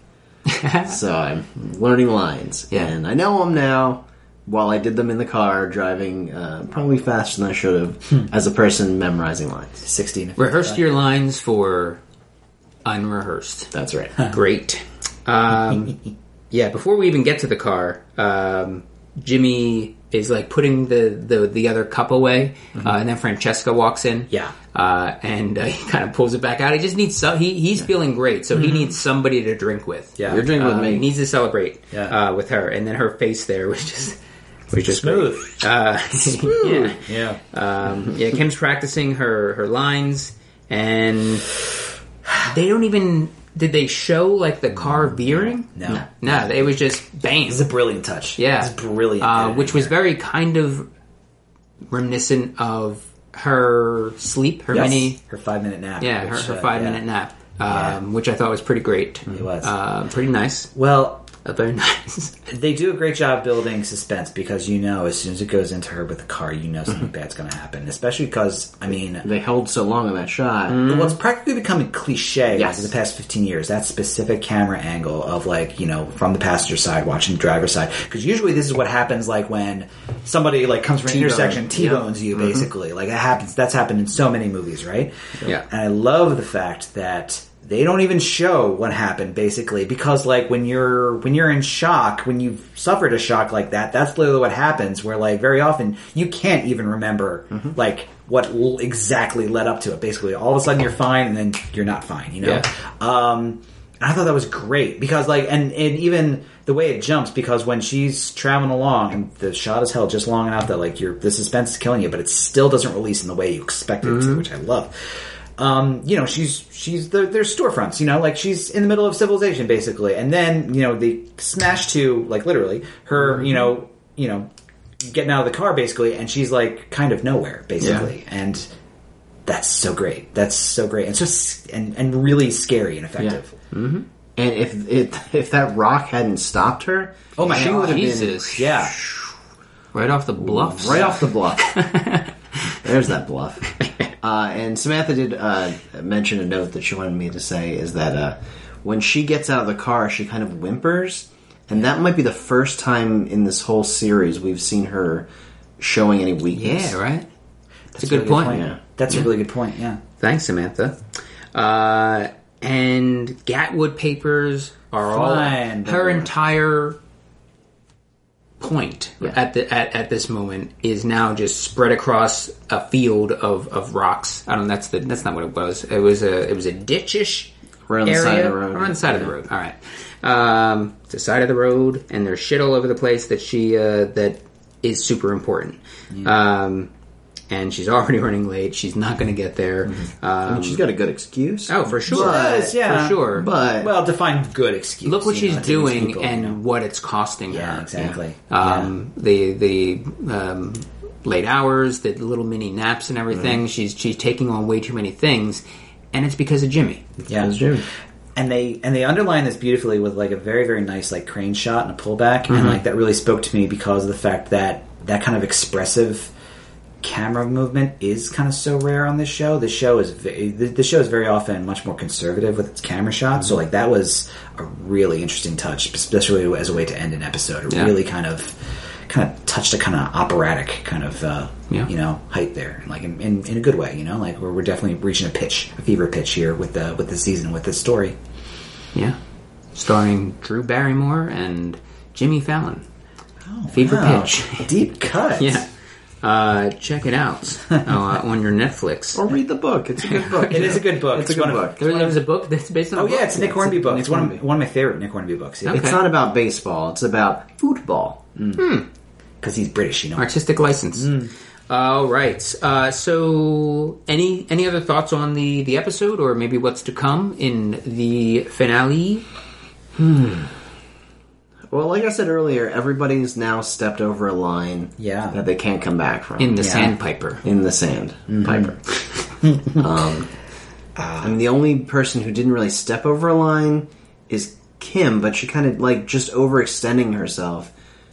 Speaker 4: so I'm learning lines,
Speaker 2: Yeah.
Speaker 4: and I know them now. While I did them in the car, driving uh, probably faster than I should have, as a person memorizing lines.
Speaker 3: Sixteen.
Speaker 2: Rehearsed your lines for unrehearsed.
Speaker 4: That's right.
Speaker 2: Great. Um, yeah, before we even get to the car, um, Jimmy is like putting the, the, the other cup away, uh, and then Francesca walks in.
Speaker 3: Yeah.
Speaker 2: Uh, and uh, he kind of pulls it back out. He just needs so he he's feeling great, so he needs somebody to drink with.
Speaker 3: Yeah.
Speaker 4: You're drinking
Speaker 2: Uh,
Speaker 4: with
Speaker 2: he
Speaker 4: me.
Speaker 2: needs to celebrate
Speaker 3: Yeah.
Speaker 2: uh, with her, and then her face there was just was just great.
Speaker 3: Smooth.
Speaker 2: Uh, yeah.
Speaker 3: Yeah.
Speaker 2: Um, yeah, Kim's practicing her her lines, and they don't even did they show like the car veering?
Speaker 3: No.
Speaker 2: no, it was just bang.
Speaker 3: It's a brilliant touch.
Speaker 2: Yeah,
Speaker 3: It's brilliant.
Speaker 2: Uh,
Speaker 3: editing
Speaker 2: which was
Speaker 3: here.
Speaker 2: very kind of reminiscent of her sleep, her
Speaker 3: Yes.
Speaker 2: mini,
Speaker 3: her five minute nap.
Speaker 2: yeah,
Speaker 3: which,
Speaker 2: her, her
Speaker 3: uh,
Speaker 2: five
Speaker 3: yeah.
Speaker 2: minute nap, um, which I thought was pretty great. It
Speaker 3: was.
Speaker 2: uh, pretty nice,
Speaker 3: Well,
Speaker 2: uh, very nice.
Speaker 3: they do a great job building suspense because you know as soon as it goes into her with the car, you know something bad's going to happen. Especially because I mean,
Speaker 4: They held so long on that shot.
Speaker 3: well, it's practically become a cliche
Speaker 4: Yes.
Speaker 3: like, in the past 15 years. That specific camera angle of like, you know, from the passenger side watching the driver's side. Because usually this is what happens like when somebody like comes from an intersection, T-bones you basically. Like that happens. That's happened in so many movies, right?
Speaker 2: Yeah.
Speaker 3: And I love the fact that they don't even show what happened basically because like when you're when you're in shock when you've suffered a shock like that that's literally what happens where like very often you can't even remember like what l- exactly led up to it basically all of a sudden you're fine and then you're not fine you know
Speaker 2: Yeah.
Speaker 3: um And I thought that was great because like and and even the way it jumps because when she's traveling along and the shot is held just long enough that like your the suspense is killing you, but it still doesn't release in the way you expect it to, which I love. Um, you know, she's she's the, there's storefronts, you know, like she's in the middle of civilization basically, and then you know they smash to like literally her, you know, you know, getting out of the car basically, and she's like kind of nowhere basically, and that's so great. That's so great, and so s- and and really scary and effective.
Speaker 4: And if it, if that rock hadn't stopped her,
Speaker 3: Oh my
Speaker 4: she
Speaker 3: God.
Speaker 4: would have been
Speaker 2: Jesus.
Speaker 3: Yeah,
Speaker 2: Right off the bluffs.
Speaker 4: right off the bluff. There's that bluff. Uh, and Samantha did uh, mention a note that she wanted me to say is that uh, when she gets out of the car, she kind of whimpers, and that might be the first time in this whole series we've seen her showing any weakness.
Speaker 2: Yeah, right? That's, a
Speaker 3: That's
Speaker 2: good point.
Speaker 4: Yeah.
Speaker 3: That's a really good point. Yeah.
Speaker 2: Thanks, Samantha. Uh, and Gatwood papers are
Speaker 3: Fine.
Speaker 2: all her entire point at the at, at this moment is now just spread across a field of, of rocks. I don't. That's the that's not what it was. It was a it was a ditchish
Speaker 4: Right on the
Speaker 2: area.
Speaker 4: side of the road.
Speaker 2: Right on the side of the road. All right. Um, it's the side of the road, and there's shit all over the place that she uh, that is super important. Um, and she's already running late. She's not going to get there.
Speaker 4: Mm-hmm.
Speaker 2: Um,
Speaker 4: She's got a good excuse.
Speaker 2: Oh, for sure.
Speaker 4: But-
Speaker 3: Yes, yeah.
Speaker 2: For sure.
Speaker 4: But
Speaker 3: Well, define good excuse.
Speaker 2: Look what
Speaker 3: you
Speaker 2: she's
Speaker 3: know, to these
Speaker 2: doing
Speaker 3: people,
Speaker 2: and
Speaker 3: you know.
Speaker 2: what it's costing
Speaker 3: Yeah,
Speaker 2: her.
Speaker 3: exactly.
Speaker 2: Um, The the um, late hours, the little mini naps, and
Speaker 3: Mm-hmm.
Speaker 2: everything. She's she's taking on way too many things, and it's because of Jimmy.
Speaker 3: yeah.
Speaker 4: Jimmy.
Speaker 3: and they and they underline this beautifully with like a very very nice like crane shot and a pullback and like that really spoke to me because of the fact that that kind of expressive camera movement is kind of so rare on this show the show is ve- the the show is very often much more conservative with its camera shots so like that was a really interesting touch especially as a way to end an episode it
Speaker 2: Yeah.
Speaker 3: really kind of kind of touched a kind of operatic kind of uh
Speaker 2: Yeah.
Speaker 3: you know height there like in, in, in a good way you know like we're, we're definitely reaching a pitch a fever pitch here with the with the season with this story
Speaker 2: Yeah, starring Drew Barrymore and Jimmy Fallon. Fever
Speaker 3: Wow.
Speaker 2: pitch.
Speaker 3: Deep cut.
Speaker 2: Yeah. Uh, check it out uh, on your Netflix.
Speaker 4: Or read the book. It's a good book.
Speaker 3: It is a good book.
Speaker 4: It's a
Speaker 3: one
Speaker 4: good
Speaker 3: of-
Speaker 4: book.
Speaker 2: There, there was a book that's based on. a
Speaker 3: Oh
Speaker 2: book.
Speaker 3: yeah, it's a Nick Hornby book.
Speaker 4: Nick
Speaker 3: It's one of,
Speaker 4: Hornby.
Speaker 3: one of my favorite Nick Hornby books. Yeah,
Speaker 2: Okay.
Speaker 4: It's not about baseball. It's about football.
Speaker 3: because he's British, you know.
Speaker 2: artistic license.
Speaker 3: Mm.
Speaker 2: All right. Uh, so, any any other thoughts on the the episode, or maybe what's to come in the finale?
Speaker 4: Well, like I said earlier, everybody's now stepped over a line
Speaker 3: Yeah.
Speaker 4: that they can't come back from.
Speaker 2: In the
Speaker 3: Yeah.
Speaker 2: Sandpiper,
Speaker 4: in the sand,
Speaker 2: Mm-hmm.
Speaker 4: Piper. um, and the only person who didn't really step over a line is Kim, but she kind of like just overextending herself.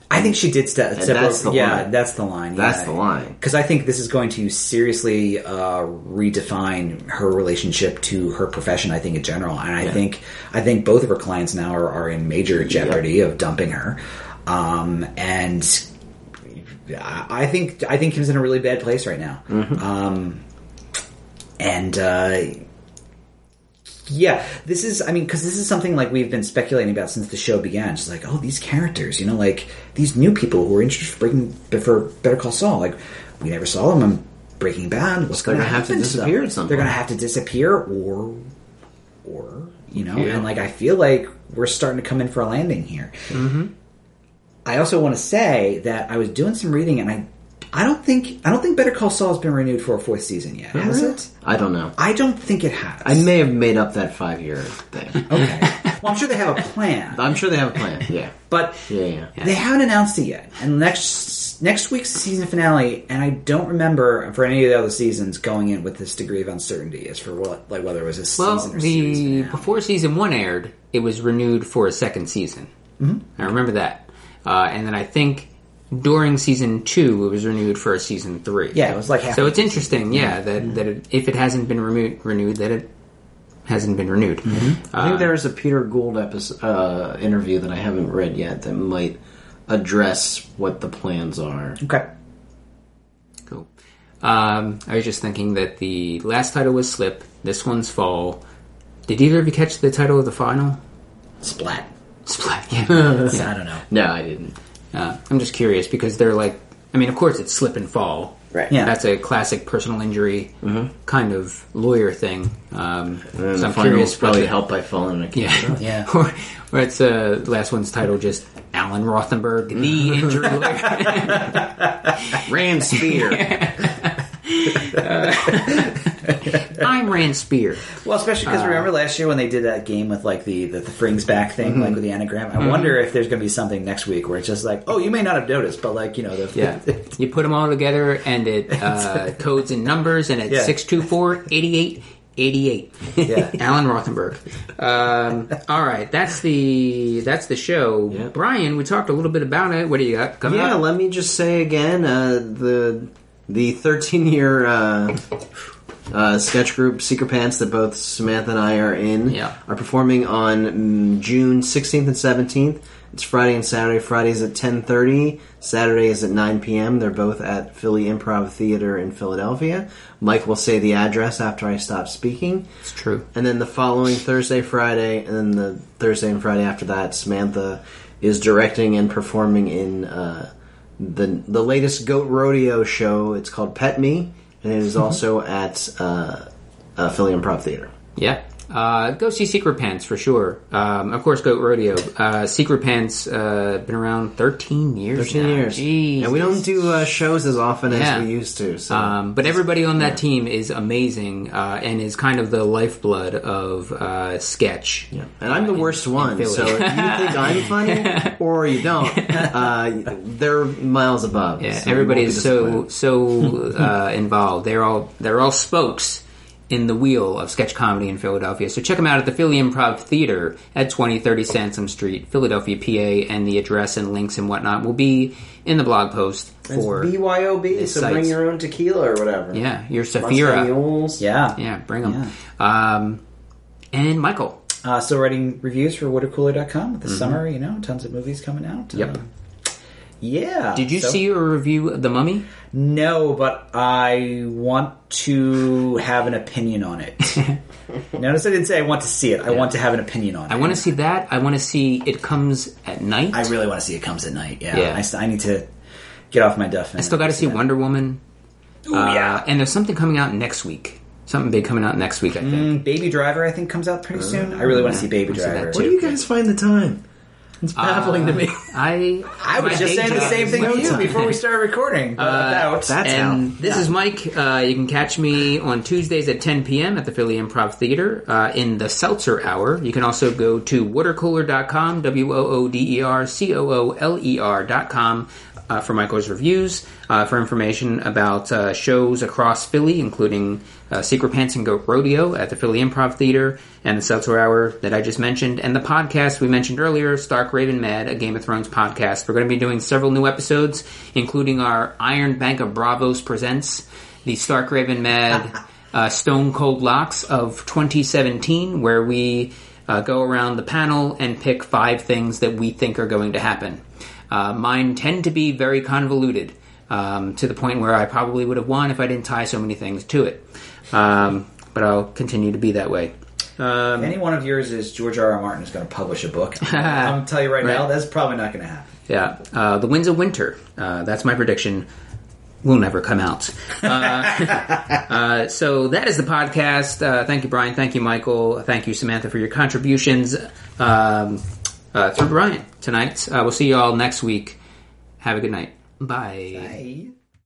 Speaker 3: I think she did step. step
Speaker 4: that's
Speaker 3: over-
Speaker 4: the
Speaker 3: yeah,
Speaker 4: line.
Speaker 3: that's the line.
Speaker 4: That's the line.
Speaker 3: Because I think this is going to seriously uh, redefine her relationship to her profession. I think in general, and I think I think both of her clients now are, are in major jeopardy of dumping her. Um, and I I think I think Kim's in a really bad place right now. Um, and uh, yeah, this is. I mean, because this is something like we've been speculating about since the show began. She's like, oh, these characters, you know, like these new people who are interested for breaking for Better Call Saul. Like we never saw them. on Breaking Bad. What's going
Speaker 4: gonna have to
Speaker 3: happen them?
Speaker 4: disappear at some
Speaker 3: They're going to
Speaker 4: point.
Speaker 3: have to disappear, or or you know, and like I feel like we're starting to come in for a landing here.
Speaker 4: Mm-hmm.
Speaker 3: I also want to say that I was doing some reading and I I don't think I don't think Better Call Saul has been renewed for a fourth season yet. Has it?
Speaker 4: I don't know.
Speaker 3: I don't think it has.
Speaker 4: I may have made up that five year thing.
Speaker 3: okay. Well, I'm sure they have a plan,
Speaker 4: I'm sure they have a plan. Yeah,
Speaker 3: but
Speaker 4: yeah, yeah.
Speaker 3: they haven't announced it yet. And next next week's season finale, and I don't remember for any of the other seasons going in with this degree of uncertainty as for what like whether it was a
Speaker 2: well,
Speaker 3: season or series.
Speaker 2: the
Speaker 3: finale.
Speaker 2: before season one aired, it was renewed for a second season. Mm-hmm. I remember that, uh, and then I think during season two, it was renewed for a season three.
Speaker 3: Yeah, it was like half
Speaker 2: so.
Speaker 3: of
Speaker 2: It's interesting, yeah, that that it, if it hasn't been remo- renewed, that it hasn't been renewed.
Speaker 3: Mm-hmm.
Speaker 4: I
Speaker 2: Uh,
Speaker 4: think there is a Peter Gould episode uh, interview that I haven't read yet that might address what the plans are.
Speaker 3: Okay.
Speaker 2: Cool. Um, I was just thinking that the last title was Slip. This one's Fall. Did either of you catch the title of the final?
Speaker 3: Splat.
Speaker 2: Splat. Yeah.
Speaker 3: I don't know.
Speaker 4: No, I didn't.
Speaker 2: uh, I'm just curious because they're like, I mean, of course it's Slip and Fall
Speaker 5: Right. Mm-hmm.
Speaker 3: Yeah.
Speaker 2: That's a classic personal injury kind of lawyer thing. Um,
Speaker 5: And
Speaker 2: so I'm
Speaker 5: the final
Speaker 2: curious.
Speaker 5: was probably
Speaker 2: what-
Speaker 5: helped by falling in a
Speaker 2: Yeah,
Speaker 3: Oh, Yeah.
Speaker 2: or, or it's uh, the last one's title just Alan Rothenberg, the injury lawyer.
Speaker 5: Ram Spear.
Speaker 2: I'm Rand Spear.
Speaker 3: Well, especially
Speaker 2: Uh,
Speaker 3: because remember last year when they did that game with like the the, the frings back thing,
Speaker 2: Mm-hmm.
Speaker 3: like with the anagram. I wonder if there's going to be something next week where it's just like, oh, you may not have noticed, but like you know, the,
Speaker 2: Yeah, you put them all together, and it uh, codes and numbers, and
Speaker 3: Yeah.
Speaker 2: it's six two four eighty eight eighty eight.
Speaker 3: Yeah.
Speaker 2: Alan Rothenberg. Um, all right, that's the that's the show.
Speaker 4: Yeah.
Speaker 2: Brian, we talked a little bit about it. What do you got coming
Speaker 4: Yeah,
Speaker 2: up?
Speaker 4: let me just say again uh, the the thirteen year uh, uh, sketch group Secret Pants that both Samantha and I are in
Speaker 2: Yeah.
Speaker 4: are performing on mm, June sixteenth and seventeenth. It's Friday and Saturday. Friday's at ten thirty. Saturday is at nine p.m. They're both at Philly Improv Theater in Philadelphia. Mike will say the address after I stop speaking.
Speaker 2: It's true.
Speaker 4: And then the following Thursday, Friday, and then the Thursday and Friday after that, Samantha is directing and performing in uh, the the latest goat rodeo show. It's called Pet Me, and it
Speaker 2: Mm-hmm.
Speaker 4: is also at uh, uh, Philly Improv Theater.
Speaker 2: Yeah. Uh, go see Secret Pants for sure. Um, of course, Goat Rodeo. Uh, Secret Pants uh, been around thirteen years.
Speaker 4: Thirteen
Speaker 2: now.
Speaker 4: years,
Speaker 2: Jeez.
Speaker 4: and we don't do uh, shows as often
Speaker 2: Yeah.
Speaker 4: as we used to. So
Speaker 2: Um, but everybody on that team is amazing uh, and is kind of the lifeblood of uh, sketch.
Speaker 4: Yeah. And I'm the worst one,
Speaker 2: Philly.
Speaker 4: so if you think I'm funny or you don't, uh, they're miles above.
Speaker 2: Yeah,
Speaker 4: so you
Speaker 2: everybody
Speaker 4: won't be
Speaker 2: is so
Speaker 4: disappointed.
Speaker 2: so uh, involved. They're all they're all spokes in the wheel of sketch comedy in Philadelphia. So check them out at the Philly Improv Theater at 2030 Sansom Street, Philadelphia, PA, and the address and links and whatnot will be in the blog post for
Speaker 4: BYOB, so
Speaker 2: sites.
Speaker 4: bring your own tequila or whatever.
Speaker 2: yeah your
Speaker 4: Mustang
Speaker 2: Safira.
Speaker 4: Mules.
Speaker 3: yeah.
Speaker 2: Yeah, bring them. Um, and Michael.
Speaker 3: Uh, still writing reviews for watercooler.com with the summer. You know, tons of movies coming out.
Speaker 2: Mm-hmm. Yep.
Speaker 3: Um, yeah.
Speaker 2: Did you
Speaker 3: So-
Speaker 2: see a review of The Mummy?
Speaker 3: No, but I want to have an opinion on it. Notice I didn't say I want to see it. I want to have an opinion on it.
Speaker 2: I want to see that. I want to see it comes at night.
Speaker 3: I really want to see it comes at night. Yeah,
Speaker 2: Yeah.
Speaker 3: I s- I, need to get off my duff. I
Speaker 2: still got to see Wonder Woman.
Speaker 3: yeah.
Speaker 2: Uh, and there's something coming out next week. Something big coming out next week, I think.
Speaker 3: Baby Driver, I think, comes out pretty soon. I really want to see Baby
Speaker 2: Uh, see that
Speaker 3: Driver.
Speaker 2: too.
Speaker 4: Where do you guys find the time? It's baffling to me.
Speaker 2: I
Speaker 3: I was
Speaker 2: my Uh,
Speaker 3: just
Speaker 2: day
Speaker 3: saying the
Speaker 2: job
Speaker 3: same
Speaker 2: is
Speaker 3: thing
Speaker 2: no
Speaker 3: to you
Speaker 2: time.
Speaker 3: before we started recording. about
Speaker 4: That's
Speaker 2: and
Speaker 4: how.
Speaker 2: this is Mike. Uh, you can catch me on Tuesdays at 10 p.m. at the Philly Improv Theater uh, in the Seltzer Hour. You can also go to watercooler.com, W O O D E R C O O L E R.com. Uh, for Michael's reviews, uh, for information about uh, shows across Philly, including uh, Secret Pants and Goat Rodeo at the Philly Improv Theater and the Seltzer Hour that I just mentioned, and the podcast we mentioned earlier, Stark Raven Mad, a Game of Thrones podcast. We're going to be doing several new episodes, including our Iron Bank of Bravos presents the Stark Raven Mad uh, Stone Cold Locks of 2017, where we uh, go around the panel and pick five things that we think are going to happen. Uh, mine tend to be very convoluted. Um, to the point where I probably would have won if I didn't tie so many things to it. Um, but I'll continue to be that way.
Speaker 3: If any one of yours is George R. R. Martin is going to publish a book, I'm going to tell you right, now, that's probably not going to happen.
Speaker 2: Yeah, uh, The Winds of Winter. Uh, that's my prediction. Will never come out. Uh, uh, so that is the podcast. Uh, thank you, Brian. Thank you, Michael. Thank you, Samantha, for your contributions um, uh, through Brian tonight. Uh, we'll see you all next week. Have a good night. Bye.
Speaker 3: Hey.